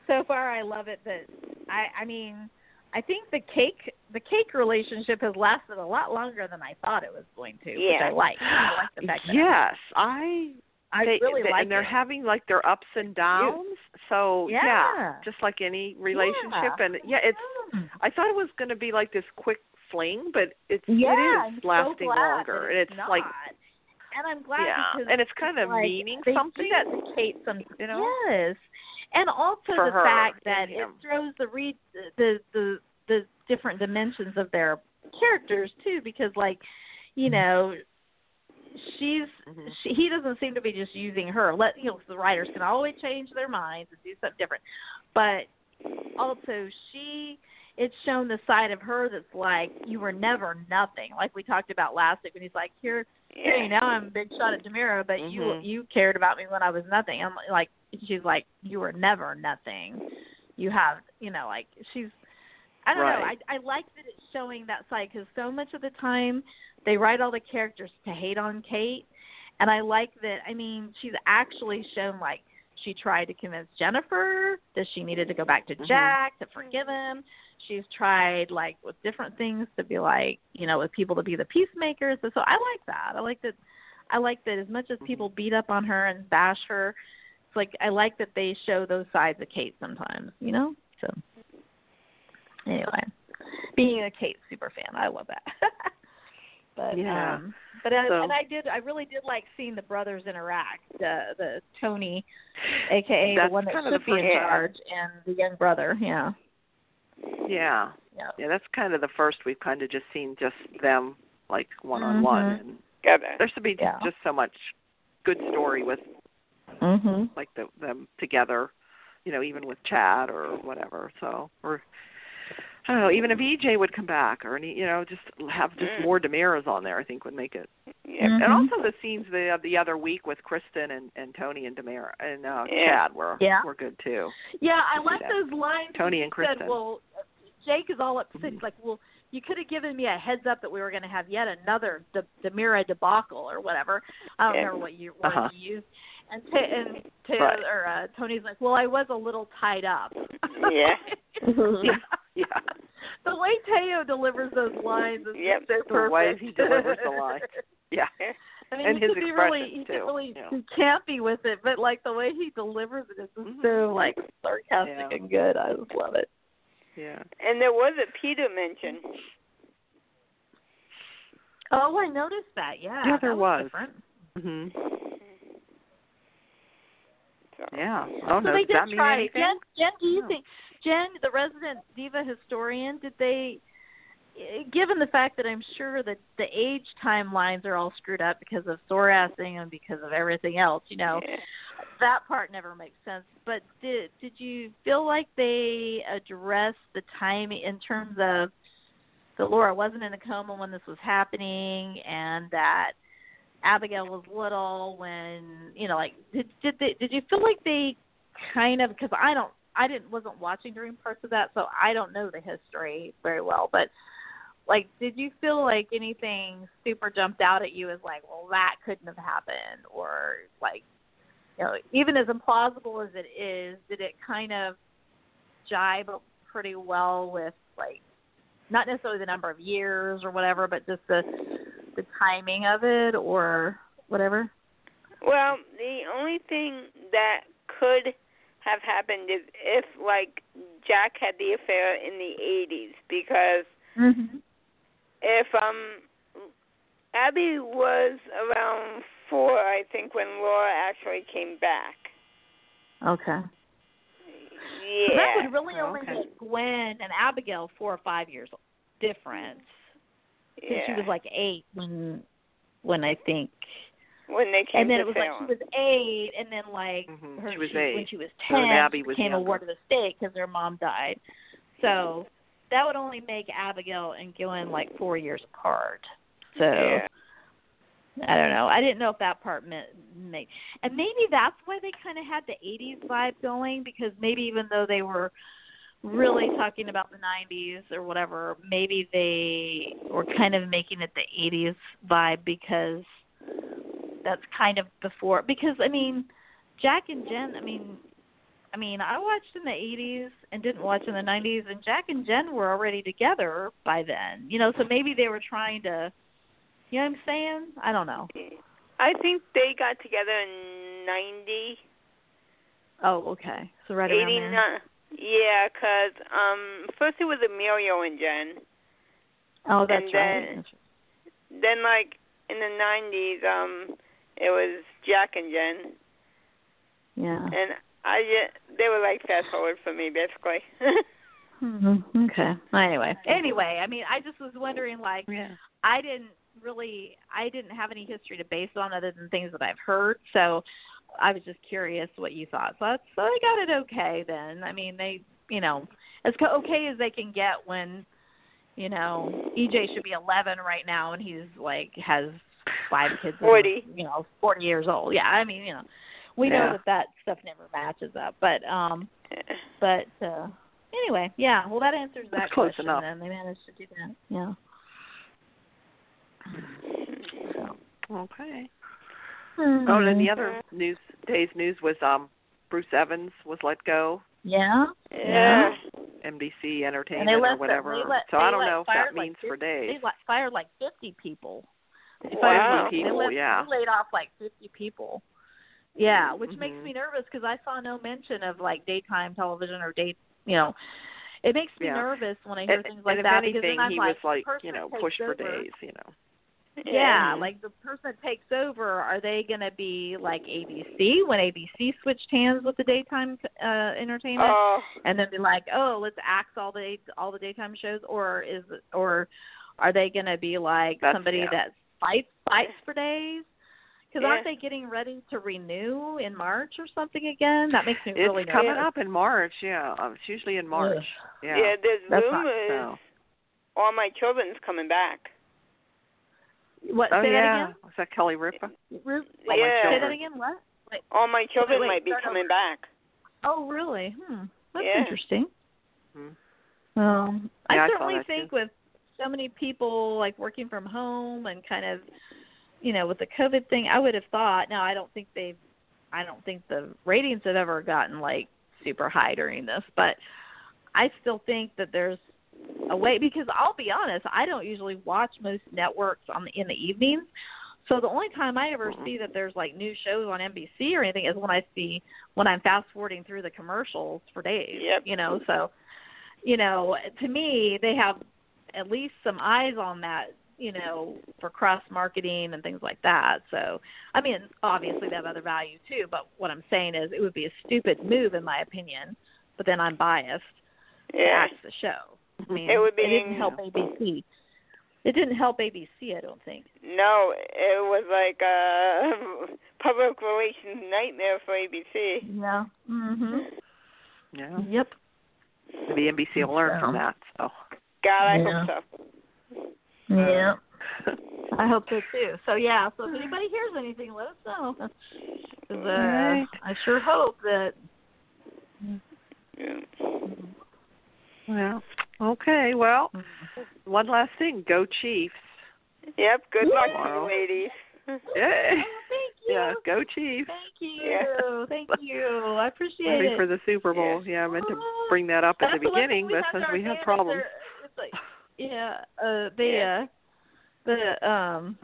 C: so far I love it that I I mean I think the cake the cake relationship has lasted a lot longer than I thought it was going to, which
D: Yeah.
C: I like. I like the fact that
B: yes, I.
C: I
B: they,
C: really
B: they-
C: like
B: and they're
C: it.
B: having like their ups and downs. So
C: Yeah.
B: just like any relationship, and yeah, it's.
C: Mm.
B: I thought it was going to be like this quick fling, but it's
C: yeah,
B: it
C: I'm
B: is
C: so
B: lasting
C: glad that
B: longer, and
C: it's
B: it's like
C: not. and I'm glad
B: yeah,
C: because
B: and it's kind of
C: like,
B: meaning
C: they
B: something.
C: Do that to Kate some,
B: you know?
C: Yes, and also
B: For
C: the
B: her
C: fact that
B: and
C: it
B: him.
C: throws the read the the the different dimensions of their characters too, because like
B: Mm-hmm.
C: you know she's
B: Mhm.
C: she, he doesn't seem to be just using her. Let you know the writers can always change their minds and do something different, but also she it's shown the side of her that's like you were never nothing like we talked about last week when he's like here
D: yeah.
C: hey, now I'm a big shot at Demira, but
B: Mhm.
C: you you cared about me when I was nothing. I'm like, she's like, you were never nothing. You have, you know, like she's. I don't
B: Right.
C: know. I I like that it's showing that side because so much of the time they write all the characters to hate on Kate, and I like that. I mean, she's actually shown like she tried to convince Jennifer that she needed to go back to
B: Mhm.
C: Jack to forgive him. She's tried like with different things to be like, you know, with people to be the peacemakers. So, so I like that. I like that. I like that as much as people beat up on her and bash her. It's like I like that they show those sides of Kate sometimes, you know. So anyway, being a Kate super fan, I love that. but
B: Yeah.
C: um, but I,
B: So-
C: and I did. I really did like seeing the brothers interact. The the Tony, aka
B: That's
C: the one that
B: kind of
C: should
B: the
C: be in
B: first-
C: charge, and the young brother. Yeah.
B: Yeah.
C: Yeah.
B: Yeah, that's kind of the first we've kind of just seen just them like one on one,
C: Mhm.
B: and
D: Gotta-
B: there should be
C: Yeah.
B: just so much good story with
C: Mhm.
B: like the, them together, you know, even with Chad or whatever. So or I don't know, even if EJ would come back or any, you know, just have just
D: Mm.
B: more Demiras on there, I think would make it.
D: Yeah.
B: And
C: Mhm.
B: also the scenes the the other week with Kristen and and Tony and Demira and uh
D: Yeah.
B: Chad were
C: Yeah.
B: were good too.
C: Yeah, I
B: Let's do
C: like
B: that.
C: those lines.
B: Tony and
C: He said,
B: Kristen. Mm-hmm.
C: well, Jake is all upset. He's like, well, you could have given me a heads up that we were going to have yet another De- Demira debacle or whatever. I don't
D: Yeah.
C: remember what you word
B: Uh-huh.
C: you used. And Ta and Taylor
B: Right.
C: or uh, Tony's like, well, I was a little tied up.
D: Yeah.
B: yeah, yeah.
C: the way Teo delivers those lines is
D: Yep.
C: so
B: The
C: perfect.
B: way he delivers the lines. yeah.
C: I mean,
B: And
C: he
B: his
C: could be really,
B: expressions,
C: he
B: too,
C: could really
B: yeah.
C: be campy with it, but like the way he delivers it is just
B: Mhm.
C: so like sarcastic
B: Yeah.
C: and good. I just love it.
B: Yeah.
D: And there was a PETA mention.
C: Oh, I noticed that. Yeah,
B: Yeah, there
C: that
B: was.
C: different.
B: Mhm.
D: So.
B: Yeah. Oh
C: so
B: no,
C: they
B: does
C: did
B: that mean
C: try.
B: anything?
C: Jen, Jen, do you
B: No.
C: think Jen, the resident diva historian, did they? eh, Given the fact that I'm sure that the age timelines are all screwed up because of Sorasing and because of everything else, you know,
D: Yeah.
C: that part never makes sense. But did did you feel like they addressed the timing in terms of that Laura wasn't in a coma when this was happening, and that Abigail was little when you know, like did did they, did you feel like they kind of because I don't I didn't wasn't watching during parts of that, so I don't know the history very well, but. Like, did you feel like anything super jumped out at you as like, well, that couldn't have happened, or like, you know, even as implausible as it is, did it kind of jibe pretty well with like not necessarily the number of years or whatever, but just the the timing of it or whatever?
D: Well, the only thing that could have happened is if, like, Jack had the affair in the 80s, because
C: Mm-hmm.
D: if um Abby was around four, I think, when Laura actually came back.
C: Okay. So that
D: Yeah.
C: would really
B: Oh,
C: only
B: okay.
C: make Gwen and Abigail four or five years different. Since
D: yeah.
C: She was like eight when when I think,
D: when they came
C: and then
D: to
C: it was
D: Salem.
C: like she was eight, and then like
B: Mhm.
C: her
B: She was
C: when
B: eight.
C: she was
B: So
C: ten.
B: then Abby was
C: became a
B: younger.
C: ward of the state because their mom died. So that would only make Abigail and Gillian like four years apart. So
D: Yeah.
C: I don't know. I didn't know if that part meant make, and maybe that's why they kind of had the '80s vibe going because maybe even though they were really talking about the 90s or whatever maybe they were kind of making it the 80s vibe because that's kind of before because i mean jack and jen i mean i mean i watched in the 80s and didn't watch in the 90s and jack and jen were already together by then you know so maybe they were trying to you know what i'm saying i don't know
D: I think they got together in 90,
C: oh okay so right around
D: 89.
C: there
D: Yeah, because um, first it was Emilio and Jen.
C: oh that's
D: and
C: right
D: then- Then, like, in the 90s, um, it was Jack and Jen.
C: yeah
D: And I just, they were like fast forward for me, basically.
C: hmm okay anyway anyway i mean i just was wondering like
B: Yeah.
C: I didn't really I didn't have any history to base it on other than things that I've heard. So I was just curious what you thought. So that's so they got it okay then. I mean they you know as co- okay as they can get when you know EJ should be 11 right now and he's like has five kids. and,
D: 40.
C: You know 40 years old. Yeah, I mean you know we
B: Yeah.
C: know that that stuff never matches up. But um but uh anyway yeah well that answers that
B: That's close
C: question
B: enough.
C: then they managed to do that yeah.
B: Okay. Oh, and then
C: Mm-hmm.
B: the other news day's news was um Bruce Evans was let go,
C: Yeah.
D: yeah.
B: NBC Entertainment
C: And they
B: or
C: let them-
B: whatever.
C: they let-
B: so
C: they
B: I don't
C: let
B: know if
C: fire
B: that
C: like
B: means for
C: fifty-
B: days.
C: They like, fired like 50 people. They
D: Wow.
C: fired like,
B: People,
C: they let-
B: yeah.
C: they laid off like 50 people. Yeah, which
B: Mhm.
C: makes me nervous because I saw no mention of like daytime television or day, you know. It makes me
B: Yeah.
C: nervous when I
B: And,
C: hear things like
B: and
C: that
B: if
C: because
B: anything,
C: then I'm
B: he
C: like,
B: was like,
C: the person
B: you know,
C: that takes
B: pushed for
C: over-
B: days, you know.
C: Yeah,
B: Mhm.
C: like the person that takes over, are they going to be like ABC when ABC switched hands with the daytime uh entertainment?
D: Oh,
C: and then be like, oh, let's axe all the all the daytime shows, or is or are they going to be like
B: That's-
C: somebody
B: yeah.
C: that fights fights for days? Because aren't
D: Yeah.
C: they getting ready to renew in March or something again? That makes me
B: It's
C: really
B: coming
C: nervous.
B: up in March, yeah. Um, it's usually in March.
D: yeah.
B: Yeah.
D: there's
C: That's not-
D: rumors
B: So.
D: all my children's coming back.
C: What?
B: Oh
C: say
B: yeah. Was that Kelly Ripa?
C: that again. Ru-
D: Yeah.
C: wait, Say that again. What? Wait.
D: All my children
C: Wait, wait,
D: might be
C: start
D: coming
C: over.
D: back.
C: Oh, really? Hmm. That's
D: Yeah.
C: interesting.
B: Mhm.
C: Um,
B: Yeah, I
C: I
B: saw
C: certainly
B: that, too.
C: think with so many people like working from home and kind of, you know, with the COVID thing, I would have thought. Now, I don't think they've, I don't think the ratings have ever gotten like super high during this, but I still think that there's a way because I'll be honest, I don't usually watch most networks on the, in the evenings. So the only time I ever
B: Mm-hmm.
C: see that there's like new shows on NBC or anything is when I see when I'm fast forwarding through the commercials for days.
D: Yep.
C: You know, so you know, to me they have at least some eyes on that, you know, for cross marketing and things like that. So I mean, obviously they have other value too, but what I'm saying is it would be a stupid move in my opinion, but then I'm biased
D: Yeah.
C: watch the show. I mean,
D: It would be-
C: didn't help ABC. It didn't help ABC, I don't think.
D: No, it was like a public relations nightmare for ABC.
C: Yeah.
D: Mm-hmm.
C: Mhm.
B: Yeah.
C: Yep.
B: Maybe NBC will learn from that. So.
D: God, I
C: Yeah.
D: hope so.
C: Yeah. I hope so too. So yeah. So if anybody hears anything, let us know. 'Cause, Uh,
B: Right.
C: I sure hope that.
D: Yeah.
B: Yeah. Okay. Well, one last thing. Go Chiefs.
D: Yep. Good luck,
B: Wow.
D: you ladies.
B: Yeah.
C: Oh, thank you.
B: Yeah. Go Chiefs.
C: Thank you.
D: Yeah.
C: Thank you. I appreciate
B: Ready
C: it.
B: for the Super Bowl. Yeah, I meant to
C: Oh,
B: bring that up at
C: That's
B: the
C: one
B: beginning,
C: thing
B: but
C: have
B: since
C: to
B: we have
C: understand is
B: problems.
C: there- It's like Yeah, uh the uh the um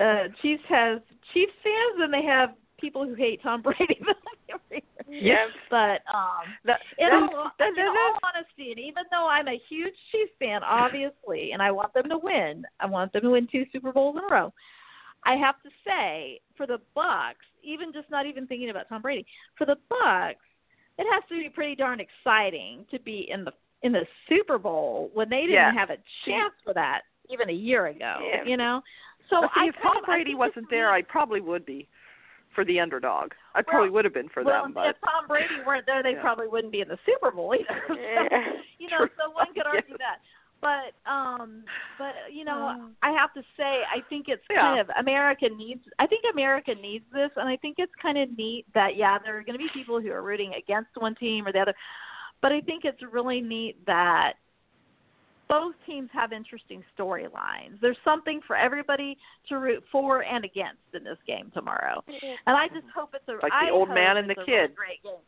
C: uh Chiefs has Chiefs fans and they have people who hate Tom Brady.
D: Yep.
C: but um
B: That,
C: in
B: that-
C: all,
B: that-
C: in
B: that-
C: all honesty, and even though I'm a huge Chiefs fan, obviously, and I want them to win, I want them to win two Super Bowls in a row. I have to say, for the Bucks, even just not even thinking about Tom Brady, for the Bucks, it has to be pretty darn exciting to be in the in the Super Bowl when they didn't
B: Yeah.
C: have a chance for that even a year ago.
D: Yeah.
C: You know, so
B: Now, see,
C: I
B: if
C: kind
B: Tom
C: of- I
B: Brady
C: think
B: wasn't
C: it's
B: there, I probably would be for the underdog. I probably would have been for
C: well,
B: them,
C: if
B: but
C: Tom Brady weren't there, they
B: Yeah.
C: probably wouldn't be in the Super Bowl either. So,
D: Yeah.
C: you know,
B: True.
C: so one could
B: Yes.
C: argue that. But um but you know,
B: Uh.
C: I have to say I think it's
B: Yeah.
C: kind of America needs I think America needs this and I think it's kind of neat that yeah, there are going to be people who are rooting against one team or the other. But I think it's really neat that both teams have interesting storylines. There's something for everybody to root for and against in this game tomorrow. And I just hope it's a
B: Like the
C: I
B: old man
C: hope
B: and
C: it's
B: the
C: a really
B: kid.
C: great game.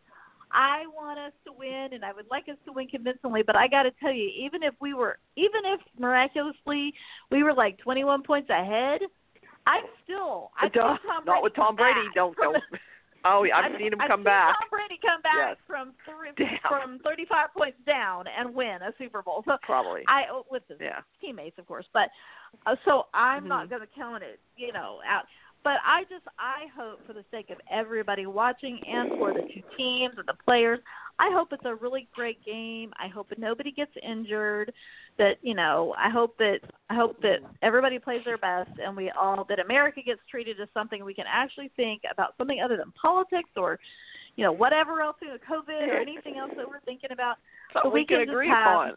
C: I want us to win, and I would like us to win convincingly. But I got to tell you, even if we were, even if miraculously we were like 21 points ahead, I'm still. I
B: But don't-
C: saw Tom
B: not with Tom
C: come
B: Brady.
C: back
B: Don't
C: from
B: go.
C: the-
B: Oh, yeah, I've seen him come
C: seen
B: back.
C: Tom Brady come back
B: Yes.
C: from three,
B: Damn.
C: from 35 points down and win a Super Bowl. So
B: Probably.
C: I oh, with his
B: Yeah.
C: teammates, of course. But uh, so I'm
B: Mhm.
C: not going to count it, you know, out. But I just I hope for the sake of everybody watching and for the two teams and the players, I hope it's a really great game. I hope that nobody gets injured. That you know, I hope that I hope that everybody plays their best and we all that America gets treated as something we can actually think about something other than politics or you know whatever else, you know, COVID or anything else that we're thinking about
B: Something
C: we can
B: can
C: just
B: agree
C: have-
B: upon.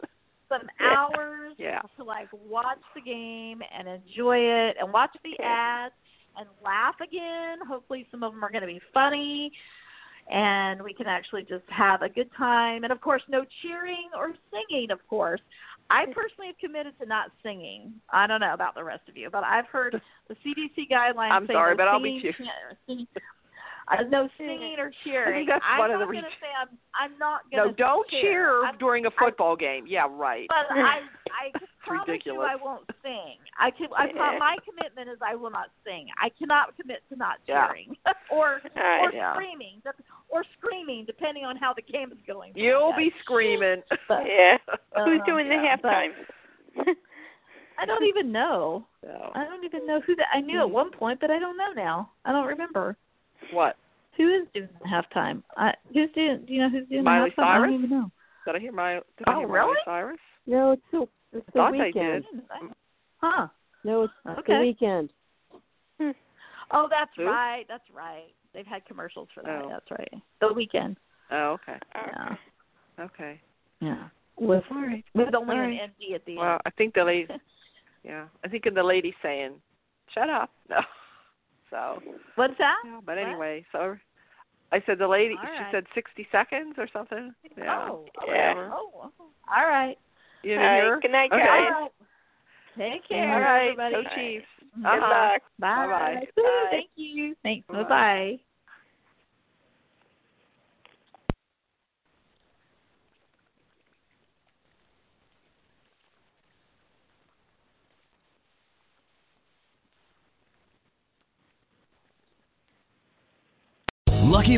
C: some hours
B: Yeah.
C: to like watch the game and enjoy it and watch the ads and laugh again. Hopefully some of them are going to be funny and we can actually just have a good time and of course no cheering or singing of course. I personally have committed to not singing. I don't know about the rest of you, but I've heard the CDC guidelines
B: I'm
C: say
B: sorry,
C: no
B: but I'll beat
C: singing,
B: you.
C: chant- singing- uh, no singing or cheering.
B: that's
C: I'm
B: one of the
C: not going to
B: reasons.
C: say I'm. I'm not going
B: No,
C: to.
B: don't cheer
C: I'm
B: during a football game. Yeah, right.
C: but I I can promise
B: ridiculous.
C: you I won't sing. I can I pro- my commitment is I will not sing. I cannot commit to not
B: Yeah.
C: cheering or
D: All right.
C: or
B: Yeah.
C: screaming dep- or screaming depending on how the game is going.
B: You'll be screaming.
C: But,
D: Yeah. Who's
C: Uh,
D: doing the
B: yeah,
D: halftime?
C: I don't even know.
B: So,
C: I don't even know who that. I
B: Hmm.
C: knew at one point, but I don't know now. I don't remember
B: what?
C: who is doing the halftime. I, who's doing? Do you know who's doing
B: Miley
C: the halftime? I
B: Cyrus?
C: don't even know.
B: Did I hear my? Did I
C: Oh,
B: hear
C: really?
B: Miley Cyrus?
A: No, it's the it's the
B: Thought I
A: weekend.
B: did.
C: Huh.
A: No, it's
C: Okay.
A: the weekend.
C: Oh, that's
B: Who?
C: right. That's right. They've had commercials for that.
B: Oh.
C: That's right. The weekend.
B: Oh, okay.
C: Yeah.
B: Okay.
C: Yeah. With
B: All right.
C: with only
B: All
C: an
B: right.
C: MD at the
B: Well, I think the lady. Yeah, I think the lady saying, "Shut up." No. So.
C: end. What's that?
B: Yeah, but
C: What?
B: anyway, so I said the lady.
C: All
B: She
C: right.
B: said sixty seconds or something. Yeah.
C: Oh,
D: Yeah.
C: whatever. Oh, all right.
B: You
D: All
B: didn't
D: right.
B: hear?
D: Good night,
B: Okay.
D: guys.
C: All right. Take care.
B: All right.
C: everybody.
B: Go
D: All right.
B: Chiefs.
D: Good
B: Uh-huh.
D: luck.
C: Bye.
B: Bye-bye.
C: Ooh,
D: Bye.
C: Thank you. Thanks.
B: Bye-bye.
C: Bye-bye.
E: Lucky